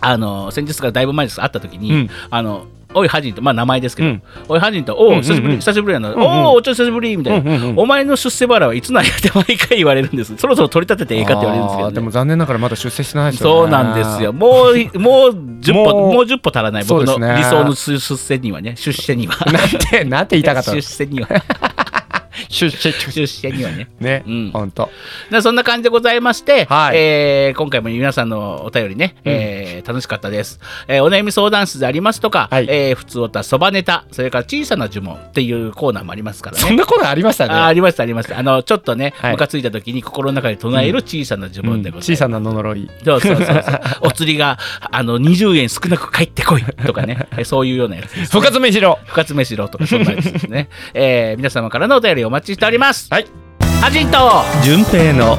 Speaker 1: あの先日からだいぶ前です会った時に、
Speaker 5: うん
Speaker 1: あのおいハジンとまあ名前ですけど、
Speaker 5: うん
Speaker 1: おいハジンと
Speaker 5: う
Speaker 1: お
Speaker 5: んうんう
Speaker 1: お
Speaker 5: ん
Speaker 1: 久しぶり、久しぶりやな、
Speaker 5: んうん
Speaker 1: おおちょ久しぶりみたいな、
Speaker 5: うんうんうん
Speaker 1: お前の出世払いはいつなんやって毎回言われるんですそろそろ取り立ててええかって言われるんですけど、
Speaker 5: あ
Speaker 1: ね
Speaker 5: ー、でも残念ながらまだ出世してないですよね
Speaker 1: そうなんですよ。もう、もう10歩、
Speaker 5: もう
Speaker 1: もう10歩足らない、僕
Speaker 5: そ
Speaker 1: の
Speaker 5: うですね
Speaker 1: 理想の出出世にはね、出世には。
Speaker 5: (laughs) なんてなんて言いたかったの
Speaker 1: 出
Speaker 5: (laughs)
Speaker 1: 世には、
Speaker 5: 出世出
Speaker 1: 出世にはね。
Speaker 5: ね、
Speaker 1: うん
Speaker 5: ほんと
Speaker 1: なそんな感じでございまして、
Speaker 5: はい
Speaker 1: えー今回も皆さんのお便りね、えー楽しかったです、えーお悩み相談室でありますとか、
Speaker 5: はい
Speaker 1: えー普通おたそばネタ、それから小さな呪文っていうコーナーもありますからね。
Speaker 5: そんなことありましたね
Speaker 1: あありましたありましたあのちょっとね、
Speaker 5: はい
Speaker 1: ムカついた時に心の中で唱える小さな呪
Speaker 5: うん
Speaker 1: 文でございます、
Speaker 5: 小さな呪い
Speaker 1: そうそうそうそう
Speaker 5: (laughs)
Speaker 1: お釣りがあの20円少なく帰ってこいとか
Speaker 5: (laughs)
Speaker 1: ね、えそういうようなやつです、
Speaker 5: 深爪しろ
Speaker 1: 深爪しろとかそんなやつですね。えー皆様からのお便りお待ちしております。
Speaker 5: はい。
Speaker 1: アジンと
Speaker 5: 順平の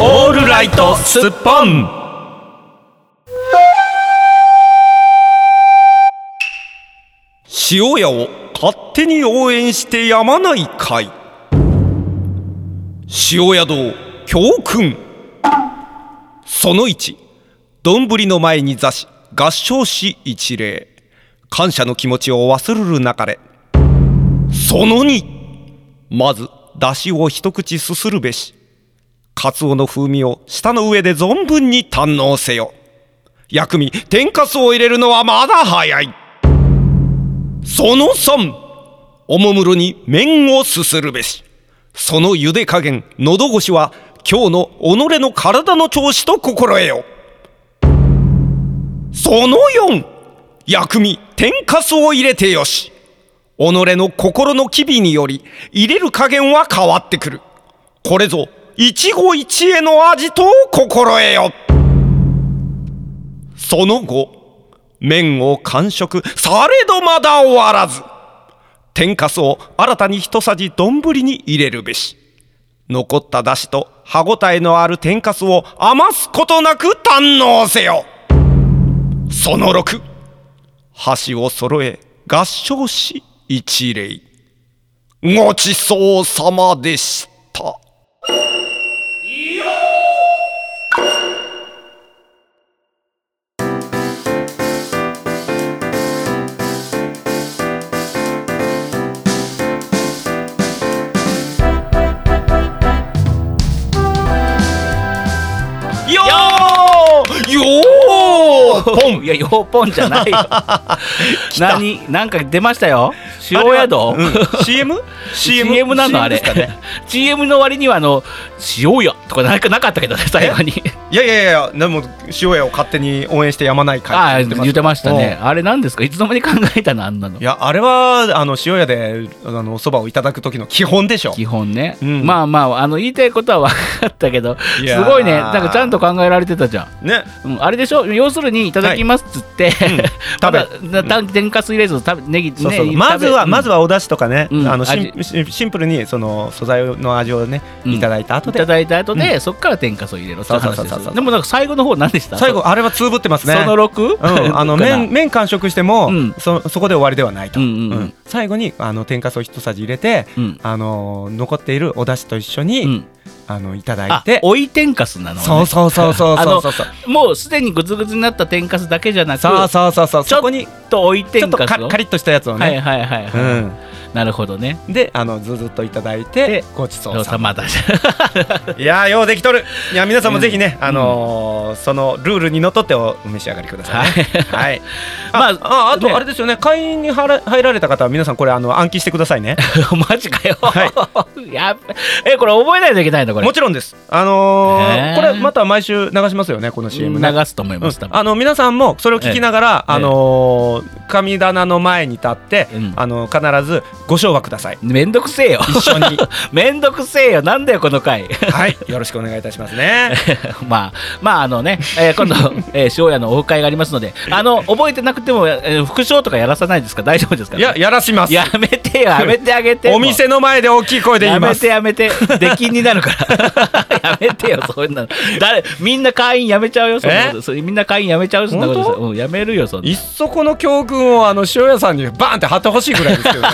Speaker 3: オールライトスッポン
Speaker 2: 塩屋を勝手に応援してやまない会塩屋堂教訓その1丼の前に座し合唱し一礼感謝の気持ちを忘れるなかれその2まず出汁を一口すするべしカツオの風味を舌の上で存分に堪能せよ薬味天かすを入れるのはまだ早いその3おもむろに麺をすするべしその茹で加減喉越しは今日の己の体の調子と心得よその4薬味天かすを入れてよし己の心の機微により入れる加減は変わってくるこれぞ一期一会の味と心得よその後麺を完食されどまだ終わらず天かすを新たに一さじ丼に入れるべし残っただしと歯ごたえのある天かすを余すことなく堪能せよその6箸を揃え合掌し一礼ごちそうさまでしたよーよーポン
Speaker 1: いやヨーポンじゃないよ。何なんか出ましたよ。塩宿、 (laughs)
Speaker 2: CM?
Speaker 1: CM, なのあれ。CM の割にはあの塩屋とかなんかなかったけどね最後に。
Speaker 2: いやいやいやでも塩屋を勝手に応援してやまない会
Speaker 1: ああ
Speaker 2: って
Speaker 1: ー言ってましたね。あれなんですかいつの間に考えたのあんなの
Speaker 2: い。やあれはあの塩屋であのそばをいただく時の基本でしょ
Speaker 1: 基本ね、
Speaker 2: うん
Speaker 1: まあまああの言いたいことは分かったけど
Speaker 2: い
Speaker 1: す
Speaker 2: やー
Speaker 1: ごいねなんかちゃんと考えられてたじゃん、
Speaker 2: ね
Speaker 1: うん、あれでしょ要するにいただきますっつって、 (laughs) まだなた天かす入れず食べネギ
Speaker 5: そうそう、
Speaker 1: ね
Speaker 5: まずは、まず
Speaker 1: は
Speaker 5: はお出汁とかね、
Speaker 1: うん
Speaker 5: あのシンシンシンプルにその素材の味をね、
Speaker 1: うん
Speaker 5: いただいた後
Speaker 1: い
Speaker 5: で
Speaker 1: ただいた後で、そっから天かすを入れろって話です
Speaker 5: そうそうそうそう
Speaker 1: でもなんか最後の方何でした
Speaker 5: 最後あれはつぶってます
Speaker 1: そ
Speaker 5: ね
Speaker 1: その 6?
Speaker 5: うん、あの麺麺完食しても、
Speaker 1: うん
Speaker 5: そそこで終わりではないと、
Speaker 1: うんうんうん
Speaker 5: 最後にあの天かすを一さじ入れて、
Speaker 1: うん
Speaker 5: あの残っているお出汁と一緒に、
Speaker 1: うん、
Speaker 5: あのいただ
Speaker 1: あ
Speaker 5: いて
Speaker 1: 追い天かすなの、ね、
Speaker 5: そうそうそうそうそうそうそう
Speaker 1: もうすでにグツグツになった天かすだけじゃなく
Speaker 5: そうそうそうそう
Speaker 1: ちょ
Speaker 5: そ
Speaker 1: っ
Speaker 5: こに
Speaker 1: と置いて
Speaker 2: ちょっ
Speaker 1: ん
Speaker 2: と
Speaker 1: か
Speaker 2: カカリッとしたやつをね、
Speaker 1: はいはいはい、
Speaker 2: う
Speaker 1: は
Speaker 2: ん、
Speaker 1: いなるほどね。
Speaker 2: であのずずっといただいてごちそ
Speaker 1: お
Speaker 2: う
Speaker 1: さ
Speaker 2: さま
Speaker 1: まだ (laughs) し。
Speaker 2: いやーようできとるいや皆さんもぜひね、あのーそのルールにのっとってお召し上がりください、ね、はい
Speaker 1: ま
Speaker 2: あああ
Speaker 1: ね
Speaker 2: とあれですよね会員に入ら入られた方は皆さんこれあの暗記してくださいね
Speaker 1: マジかよ。 (laughs) やっべえ、これ覚えないといけないのこれ。
Speaker 2: もちろんですあのー
Speaker 1: へー
Speaker 2: これまた毎週流しますよねこの CM ね
Speaker 1: 流すと思います、
Speaker 2: う
Speaker 1: 多
Speaker 2: ん
Speaker 1: 分。
Speaker 2: あの皆さんもそれを聞きながら、
Speaker 1: ええ
Speaker 2: あのー神棚の前に立って、
Speaker 1: うん
Speaker 2: あの必ずご唱和ください
Speaker 1: めんどくせえよ。
Speaker 2: 一緒に
Speaker 1: (laughs) めんどくせえよ。なんだよ、この回。
Speaker 2: はいよろしくお願いいたしま
Speaker 1: (laughs)
Speaker 2: すね
Speaker 1: まあ、まあ、あのね、えー今度、えー、塩屋のオフ会がありますので、あの、覚えてなくても、えー復唱とかやらさないですか大丈夫ですか、
Speaker 2: いや、やらします
Speaker 1: やめて
Speaker 2: (laughs)
Speaker 1: よ、やめてあげて。
Speaker 2: お店の前で大きい声で言
Speaker 1: や
Speaker 2: い
Speaker 1: め
Speaker 2: ます
Speaker 1: てやめて、出禁になるから。 (laughs) やめてよ、そういうの。誰、みんな会員やめちゃうよ、そんなこと。それみんな会員やめちゃうよ、そんなことです
Speaker 2: 本
Speaker 1: よ。うん、やめるよ、そんな。
Speaker 2: いっそこの教訓をあの塩屋さんにバーンって貼ってほしいぐらいです (laughs) けどね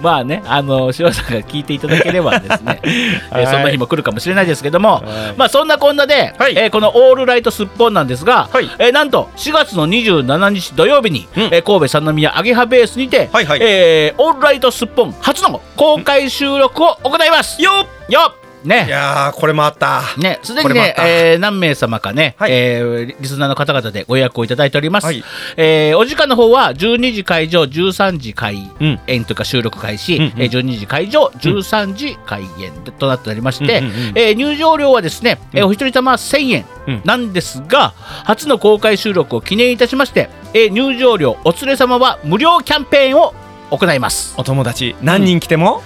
Speaker 1: まあね、あの塩さんが聞いていただければです
Speaker 2: (laughs)
Speaker 1: ね、えーそんな日も来るかもしれないですけども、
Speaker 2: はい
Speaker 1: まあそんなこんなで、
Speaker 2: はい
Speaker 1: えーこのオールライトすっぽんなんですが、
Speaker 2: はい
Speaker 1: えーなんと4月の27日土曜日に、
Speaker 2: うん
Speaker 1: えー神戸三宮アゲハベースにて、
Speaker 2: はいはい
Speaker 1: えーオールライトすっぽん初の公開収録を行います。よっよっね
Speaker 2: いやーこれもあった
Speaker 1: ね、すで
Speaker 2: こ
Speaker 1: に
Speaker 2: れもあ
Speaker 1: ね
Speaker 2: っ、た
Speaker 1: えー何名様かね、
Speaker 2: はい
Speaker 1: えーリリスナーの方々でご予約をいただいております。
Speaker 2: はい
Speaker 1: えーお時間の方は12時会場、13時開
Speaker 2: うん
Speaker 1: 演というか収録開始、
Speaker 2: うんうん
Speaker 1: えー12時会場、13時開演となっておりまして、
Speaker 2: うんうんうん
Speaker 1: えー入場料はですね、えーお一人様1000円
Speaker 2: うん
Speaker 1: なんですが、初の公開収録を記念いたしまして、えー入場料お連れ様は無料キャンペーンを行います。
Speaker 2: お友達何人来ても、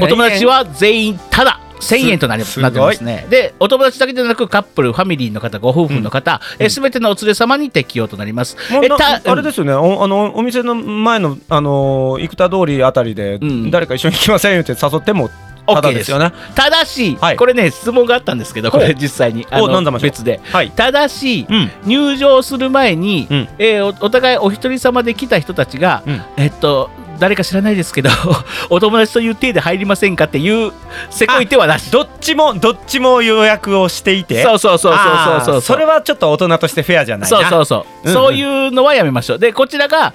Speaker 1: お友達は全員ただ1000円となります
Speaker 2: す
Speaker 1: なってますねでお友達だけでなくカップルファミリーの方ご夫婦の方、え全てのお連れ様に適用となります、
Speaker 2: もう
Speaker 1: え
Speaker 2: な
Speaker 1: た
Speaker 2: あれですよねおあのお店の前の、あのー生田通りあたりで、
Speaker 1: うん
Speaker 2: 誰か一緒に来ませんよって誘っても
Speaker 1: うん
Speaker 2: ただですよね。
Speaker 1: ただし、
Speaker 2: はい
Speaker 1: これね質問があったんですけどこ
Speaker 2: ほ
Speaker 1: れ
Speaker 2: う
Speaker 1: 実際にあ
Speaker 2: おなんだ
Speaker 1: の
Speaker 2: ましょう
Speaker 1: 別で
Speaker 2: はい、
Speaker 1: ただし、
Speaker 2: うん
Speaker 1: 入場する前に、
Speaker 2: うん
Speaker 1: えーおお互いお一人様で来た人たちが、
Speaker 2: うん
Speaker 1: えっと誰か知らないですけど (laughs) お友達という体で入りませんかっていうせこい手はなし
Speaker 2: どっちもどっちも予約をしていて
Speaker 1: そうそうそうそうそうそう
Speaker 2: あーそれはちょっと大人としてフェアじゃないな
Speaker 1: そうそうそう、
Speaker 2: うんうん
Speaker 1: そういうのはやめましょうでこちらが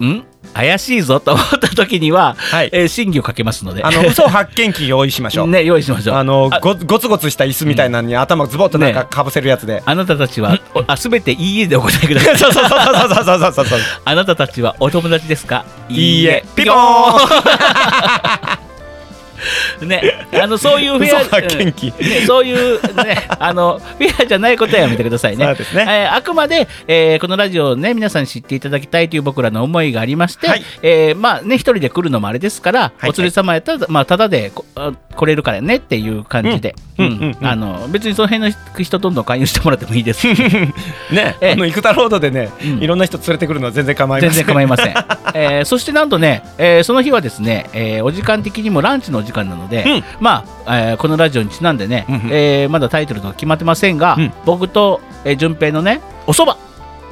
Speaker 1: うん、怪しいぞと思った時には、
Speaker 2: はい
Speaker 1: えー審議をかけますので
Speaker 2: あの嘘発見器用意しましょう、
Speaker 1: ね用意しましょう
Speaker 2: あのごごつごつした椅子みたいなのに頭ズボッとなんか
Speaker 1: ね
Speaker 2: かぶせるやつ
Speaker 1: (laughs)
Speaker 2: で、
Speaker 1: あなたたちはおあ全ていいえでお答えください
Speaker 2: (laughs) そうそうそうそうそうそうそう
Speaker 1: (laughs) あなたたちはお友達ですか
Speaker 2: いいえピ
Speaker 1: ピ
Speaker 2: コ
Speaker 1: コ
Speaker 2: ーン
Speaker 1: ーン (laughs) ねあのそういうフェア
Speaker 2: 嘘発見器
Speaker 1: うんねそういう
Speaker 2: (laughs)
Speaker 1: ねあのフェアじゃないことはやめてくださいね
Speaker 2: そうですね
Speaker 1: えーあくまで、えーこのラジオをね皆さんに知っていただきたいという僕らの思いがありまして、
Speaker 2: はい
Speaker 1: えーまあね一人で来るのもあれですから、
Speaker 2: はい
Speaker 1: お連れ様やったらまあただでこあ来れるからねっていう感じで、
Speaker 2: うんうんうんうん
Speaker 1: あの別にその辺の人どんどん勧誘してもらってもいい
Speaker 2: (laughs)
Speaker 1: です。
Speaker 2: ね、
Speaker 1: ええ
Speaker 2: (laughs) あの生田ロードでね、
Speaker 1: うん
Speaker 2: いろんな人連れてくるのは全然構い
Speaker 1: 全
Speaker 2: ません
Speaker 1: 然構いません、 (laughs) えーそしてなんとね、えーその日はですね、えーお時間的にもランチのお時間なので、
Speaker 2: うん
Speaker 1: まあ、えーこのラジオにちなんでね、
Speaker 2: うんうん
Speaker 1: えーまだタイトルとか決まってませんが、
Speaker 2: うん
Speaker 1: 僕と、えー、順平のねお蕎麦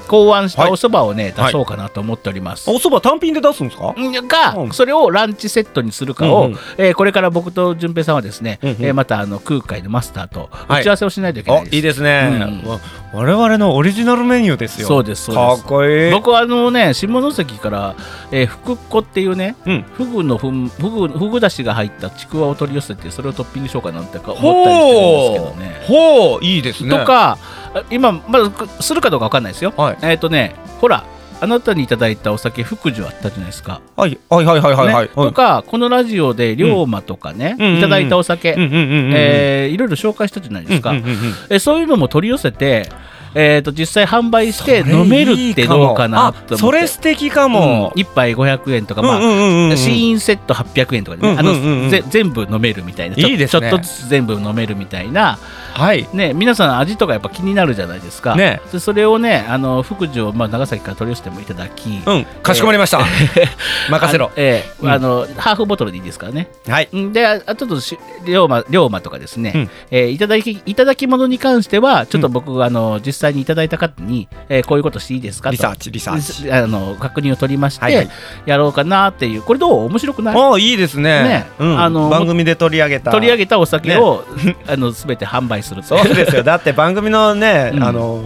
Speaker 1: 考案した
Speaker 2: はい
Speaker 1: お蕎麦をね、
Speaker 2: は
Speaker 1: 出
Speaker 2: い
Speaker 1: そうかなと思っております、
Speaker 2: (laughs) おそば単品で出すんですか
Speaker 1: が、
Speaker 2: うん
Speaker 1: それをランチセットにするかを、
Speaker 2: うんうん
Speaker 1: えーこれから僕と順平さんはですね、
Speaker 2: うんうん
Speaker 1: えーまたあの空海のマスターと
Speaker 2: い
Speaker 1: 打ち合わせをしないといけない
Speaker 2: あ
Speaker 1: です。
Speaker 2: いいですね、
Speaker 1: うん
Speaker 2: わ我々のオリジナルメニューですよ
Speaker 1: そうですそう
Speaker 2: か
Speaker 1: で
Speaker 2: っ
Speaker 1: す
Speaker 2: こいい
Speaker 1: 僕はあのね下関から、えー、福っ子っていうね、
Speaker 2: うん
Speaker 1: フグのふんフグフグだしが入ったちくわを取り寄せてそれをトッピングしようかなんてか思ったりしてるんですけどね。
Speaker 2: ほういいですね
Speaker 1: とかあ今まだくするかどうかわかんないですよ。
Speaker 2: はい
Speaker 1: えっ、とねほらあなたにいただいたお酒福寿あったじゃないですか。
Speaker 2: はいはいはいはいはいはい、
Speaker 1: ね、とかこのラジオで龍馬とかね、
Speaker 2: うんうんうん
Speaker 1: いただいたお酒、
Speaker 2: うんうんうんうんうん
Speaker 1: えーいろいろ紹介したじゃないですか。
Speaker 2: うんうんうんうん
Speaker 1: えそういうのも取り寄せて、えー、と実際販売して
Speaker 2: それいいかも
Speaker 1: 飲めるってどうかなと思って
Speaker 2: あそれ素敵かも、
Speaker 1: 1杯500円とか、まあ
Speaker 2: うんうんうんうん
Speaker 1: 試飲セット800円とかでね、
Speaker 2: うん
Speaker 1: あ
Speaker 2: うんうんう
Speaker 1: の
Speaker 2: ん
Speaker 1: ぜ全部飲めるみたいなちょ
Speaker 2: いいですね
Speaker 1: ちょっとずつ全部飲めるみたいな、
Speaker 2: はい
Speaker 1: ね、皆さん味とかやっぱ気になるじゃないですか、
Speaker 2: ね
Speaker 1: でそれをねあの福寿を、まあ、長崎から取り寄せてもいただき、
Speaker 2: うんかしこまりました、 (laughs) 任せろ
Speaker 1: あのええ
Speaker 2: うん
Speaker 1: あのハーフボトルでいいですからね
Speaker 2: はい
Speaker 1: うんでああちょっとし龍馬龍馬とかですね、
Speaker 2: うん
Speaker 1: えーいただきいただき物に関してはちょっと僕、あの実際にいただいた方に、えーこういうことしていいですかと
Speaker 2: リサーチリサーチ
Speaker 1: あの確認を取りまして、
Speaker 2: はいはい
Speaker 1: やろうかなっていうこれどう面白くない
Speaker 2: ああいいですね
Speaker 1: ね
Speaker 2: うん
Speaker 1: あの
Speaker 2: 番組で取り上げた
Speaker 1: (laughs) 取り上げたお (laughs) 酒を、あの全て販売すると
Speaker 2: (laughs) そうですよだって番組のね、
Speaker 1: うん
Speaker 2: あの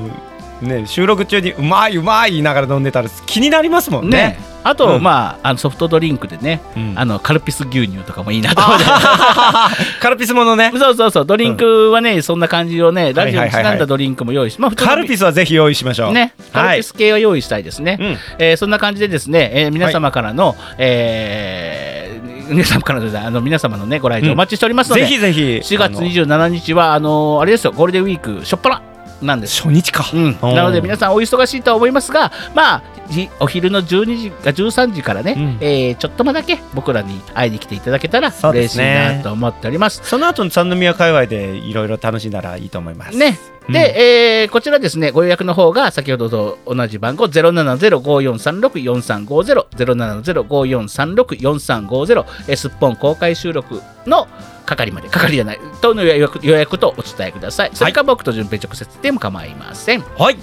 Speaker 2: ね、収録中にうまいうまい言いながら飲んでたら気になりますもんね
Speaker 1: (laughs) ね。あと、
Speaker 2: うん
Speaker 1: まああのソフトドリンクでね、
Speaker 2: うん
Speaker 1: あのカルピス牛乳とかもいいなと思って。
Speaker 2: カルピスもの
Speaker 1: (laughs)
Speaker 2: ね。
Speaker 1: そうそうそうドリンクはね、そんな感じをねラジオにち
Speaker 2: はいは
Speaker 1: な
Speaker 2: いは
Speaker 1: ん
Speaker 2: いは
Speaker 1: だ
Speaker 2: い
Speaker 1: ドリンクも用意して、まあ普通の
Speaker 2: カルピスはぜひ用意しましょう。
Speaker 1: ね、カ
Speaker 2: は
Speaker 1: ル
Speaker 2: い
Speaker 1: ピ。ス系は用意したいですね。
Speaker 2: うん
Speaker 1: えーそんな感じでですね、えー皆様からの、えー皆様からのじゃないあの皆様のねご来場お待ちしておりますので、
Speaker 2: ぜひぜひ。
Speaker 1: 4月27日はあのーあれですよゴールデンウィーク初っ端なんです。
Speaker 2: 初日か。
Speaker 1: うん、
Speaker 2: おー
Speaker 1: なので皆さんお忙しいとは思いますが、まあ、じお昼の12時か13時からね、
Speaker 2: うん
Speaker 1: えーちょっとまだけ僕らに会いに来ていただけたら
Speaker 2: そうで
Speaker 1: 嬉し
Speaker 2: す
Speaker 1: い
Speaker 2: ね
Speaker 1: なと思っております。
Speaker 2: その後の三宮界隈でいろいろ楽しんだらいいと思います。
Speaker 1: ね。
Speaker 2: うん
Speaker 1: で、えーこちらですね、ご予約の方が先ほどと同じ番号070-5436-4350、070-5436-4350、えーすっぽん公開収録の係まで、係じゃない、との予約予約とお伝えください。それか僕と順平直接でも構いません。
Speaker 2: はい。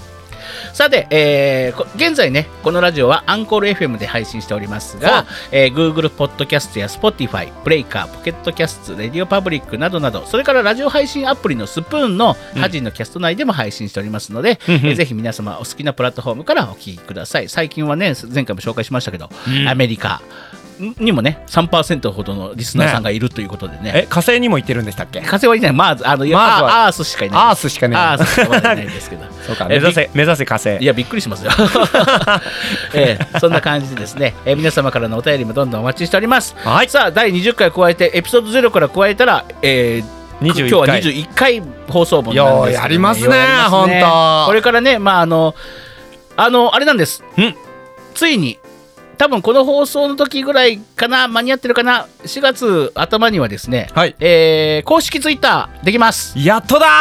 Speaker 1: さて、えーこ現在ね、このラジオはアンコール FM で配信しておりますが、えー Google ポッドキャストや Spotify、ブレイカー、ポケットキャスト、レディオパブリックなどなど、それからラジオ配信アプリのスプーンのハジンのキャスト内でも配信しておりますので、えーぜひ皆様お好きなプラットフォームからお聞きください。最近はね、前回も紹介しましたけど、アメリカにもね、3%ほどのリスナーさんがいるということでね、
Speaker 2: え、火星にも行ってるんでしたっけ
Speaker 1: 風はいない、まず、あの、
Speaker 2: マーズは
Speaker 1: アースしかいない。
Speaker 2: アースしかねえ
Speaker 1: アースしかまだいないですけど。
Speaker 2: そうか、
Speaker 1: え
Speaker 2: 目指せ、目指せ火星。
Speaker 1: いや、びっくりしますよ。 (laughs) ええそんな感じでですね、えー皆様からのお便りもどんどんお待ちしております。
Speaker 2: はい
Speaker 1: さあ、第20回加えて、エピソード0から加えたら、えー今日
Speaker 2: 21
Speaker 1: は
Speaker 2: 回
Speaker 1: 21回放送分なんですけどね、
Speaker 2: ようやりますね
Speaker 1: ようやりますね
Speaker 2: ほんと
Speaker 1: これからね、まあ、あの、あの、あれなんです。
Speaker 2: うん
Speaker 1: ついに、多分この放送の時ぐらいかな、間に合ってるかな、4月頭にはですね、
Speaker 2: はい
Speaker 1: えー公式ツイッターできます。
Speaker 2: やっとだ
Speaker 1: や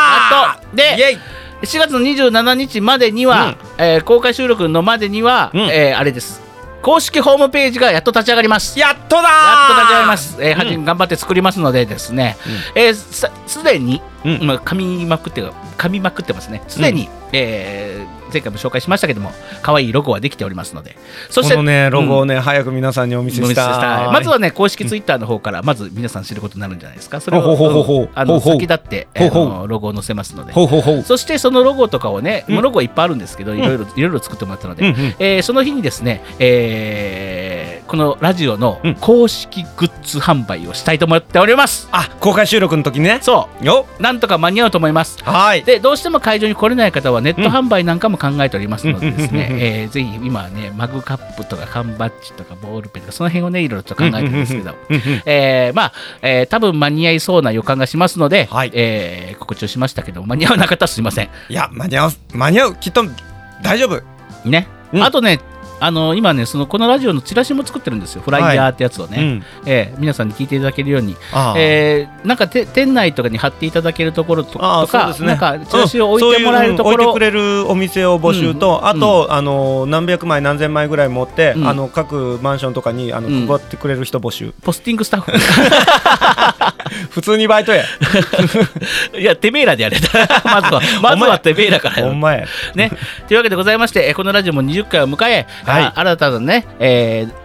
Speaker 1: っ
Speaker 2: ー
Speaker 1: とで
Speaker 2: イエイ
Speaker 1: 4月の27日までには、えー公開収録のまでには、
Speaker 2: うん
Speaker 1: えーあれです公式ホームページがやっと立ち上がりますや
Speaker 2: やっとだー
Speaker 1: っと立ち上がります、えー、はじめ頑張って作りますのでですね、えーさすでに、
Speaker 2: うん
Speaker 1: まあ噛みまくって噛みまくってますねすでに、えー前回も紹介しましたけども可愛いロゴはできておりますのでそ
Speaker 2: このね、ロゴをね、早く皆さんにお見
Speaker 1: お
Speaker 2: せ
Speaker 1: 見せ
Speaker 2: し
Speaker 1: した
Speaker 2: た
Speaker 1: い
Speaker 2: い。
Speaker 1: まずはね公式ツイッターの方からまず皆さん知ることになるんじゃないですかそれを
Speaker 2: ほうほうほうほ
Speaker 1: う
Speaker 2: う
Speaker 1: んあの
Speaker 2: ほうほう
Speaker 1: 先立ってあの
Speaker 2: ほうほ
Speaker 1: ロゴを載せますので
Speaker 2: ほうほうほう。
Speaker 1: そしてそのロゴとかをね、
Speaker 2: うん
Speaker 1: もうロゴはいっぱいあるんですけど、いろいろいろいろ作ってもらったので、
Speaker 2: うんうん
Speaker 1: えーその日にですね、えーこのラジオの
Speaker 2: うん
Speaker 1: 公式グッズ販売をしたいと思っております。
Speaker 2: あ、公開収録の時ね。
Speaker 1: そ
Speaker 2: よ
Speaker 1: う、なんとか間に合うと思います。
Speaker 2: はい。
Speaker 1: でどうしても会場に来れない方はネット販売なんかも考えておりますのでですね、
Speaker 2: うん
Speaker 1: えーぜひ今はねマグカップとか缶バッジとかボールペンとかその辺をねいろいろと考えてるんですけど、えーまあ、えー多分間に合いそうな予感がしますので、
Speaker 2: はい
Speaker 1: えー告知をしましたけど間に合わなかったらすいません。
Speaker 2: いや、間に合う、間に合う、きっと大丈夫。
Speaker 1: ね、
Speaker 2: うん
Speaker 1: あとねあの今ねそのこのラジオのチラシも作ってるんですよフライヤーってやつをね、
Speaker 2: うん
Speaker 1: えー皆さんに聞いていただけるように、
Speaker 2: ああ
Speaker 1: えーなんかて店内とかに貼っていただけるところと
Speaker 2: ああ
Speaker 1: とか、
Speaker 2: そう
Speaker 1: な
Speaker 2: で
Speaker 1: ん
Speaker 2: すね
Speaker 1: かチラシを置いてもらえるとこ
Speaker 2: うんそういう
Speaker 1: ろ、
Speaker 2: うん置いてくれるお店を募集と、
Speaker 1: うん
Speaker 2: あと、あの何百枚何千枚ぐらい持って、
Speaker 1: うん
Speaker 2: あの各マンションとかにあの
Speaker 1: うん
Speaker 2: 配ってくれる人募集、
Speaker 1: ポスティングスタッ
Speaker 2: (laughs)
Speaker 1: フ
Speaker 2: 普通にバ
Speaker 1: (laughs)
Speaker 2: イトや
Speaker 1: いやてめえらでやれ (laughs) まずはまずはてめえらからや
Speaker 2: ほ
Speaker 1: ろうん
Speaker 2: まや
Speaker 1: ね、というわけでございましてえーこのラジオも20回を迎え、
Speaker 2: はい
Speaker 1: あ新たなね、えー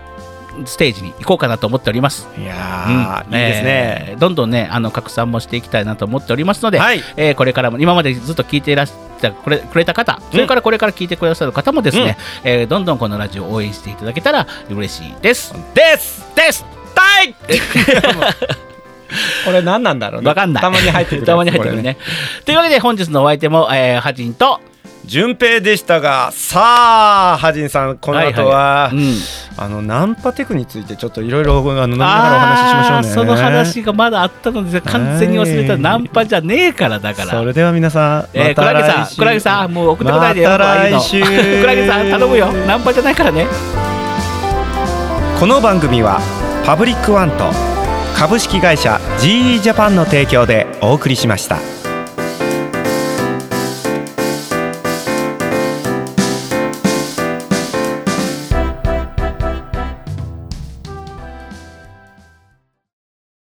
Speaker 1: ステージに行こうかなと思っております。
Speaker 2: いやー、いいですね、
Speaker 1: えーどんどんねあの拡散もしていきたいなと思っておりますので、
Speaker 2: はい
Speaker 1: えーこれからも今までずっと聞いていらしたこれくれた方それからこれから聞いてくださる方もですね、えーどんどんこのラジオを応援していただけたら嬉しいです。
Speaker 2: です
Speaker 1: です
Speaker 2: た
Speaker 1: (laughs)
Speaker 2: いこれ何なんだろうね
Speaker 1: わかんない
Speaker 2: たまに入ってくるやつ
Speaker 1: たまに入ってくるねというわけで本日のお相手も、えー、ハジンと
Speaker 2: 順平でしたがさあハジンさんこの後は、
Speaker 1: いいうん
Speaker 2: あのナンパテクについてちょっといろいろあの飲みながらお話ししましょ
Speaker 1: あ
Speaker 2: う
Speaker 1: ー
Speaker 2: ね
Speaker 1: その話がまだあったので完全に忘れた
Speaker 2: はい
Speaker 1: ナンパじゃねえからだから
Speaker 2: それでは皆さん
Speaker 1: えー、
Speaker 2: ま
Speaker 1: ク
Speaker 2: た
Speaker 1: ラゲさ
Speaker 2: 来
Speaker 1: ん、
Speaker 2: 週
Speaker 1: クラゲさん、もう送ってこないでよ、
Speaker 2: また
Speaker 1: ああいうの
Speaker 2: 来
Speaker 1: (laughs)
Speaker 2: 週
Speaker 1: クラゲさん、頼むよ、ナンパじゃないからね。
Speaker 2: この番組はパブリックワンと株式会社 GE ジャパンの提供でお送りしました。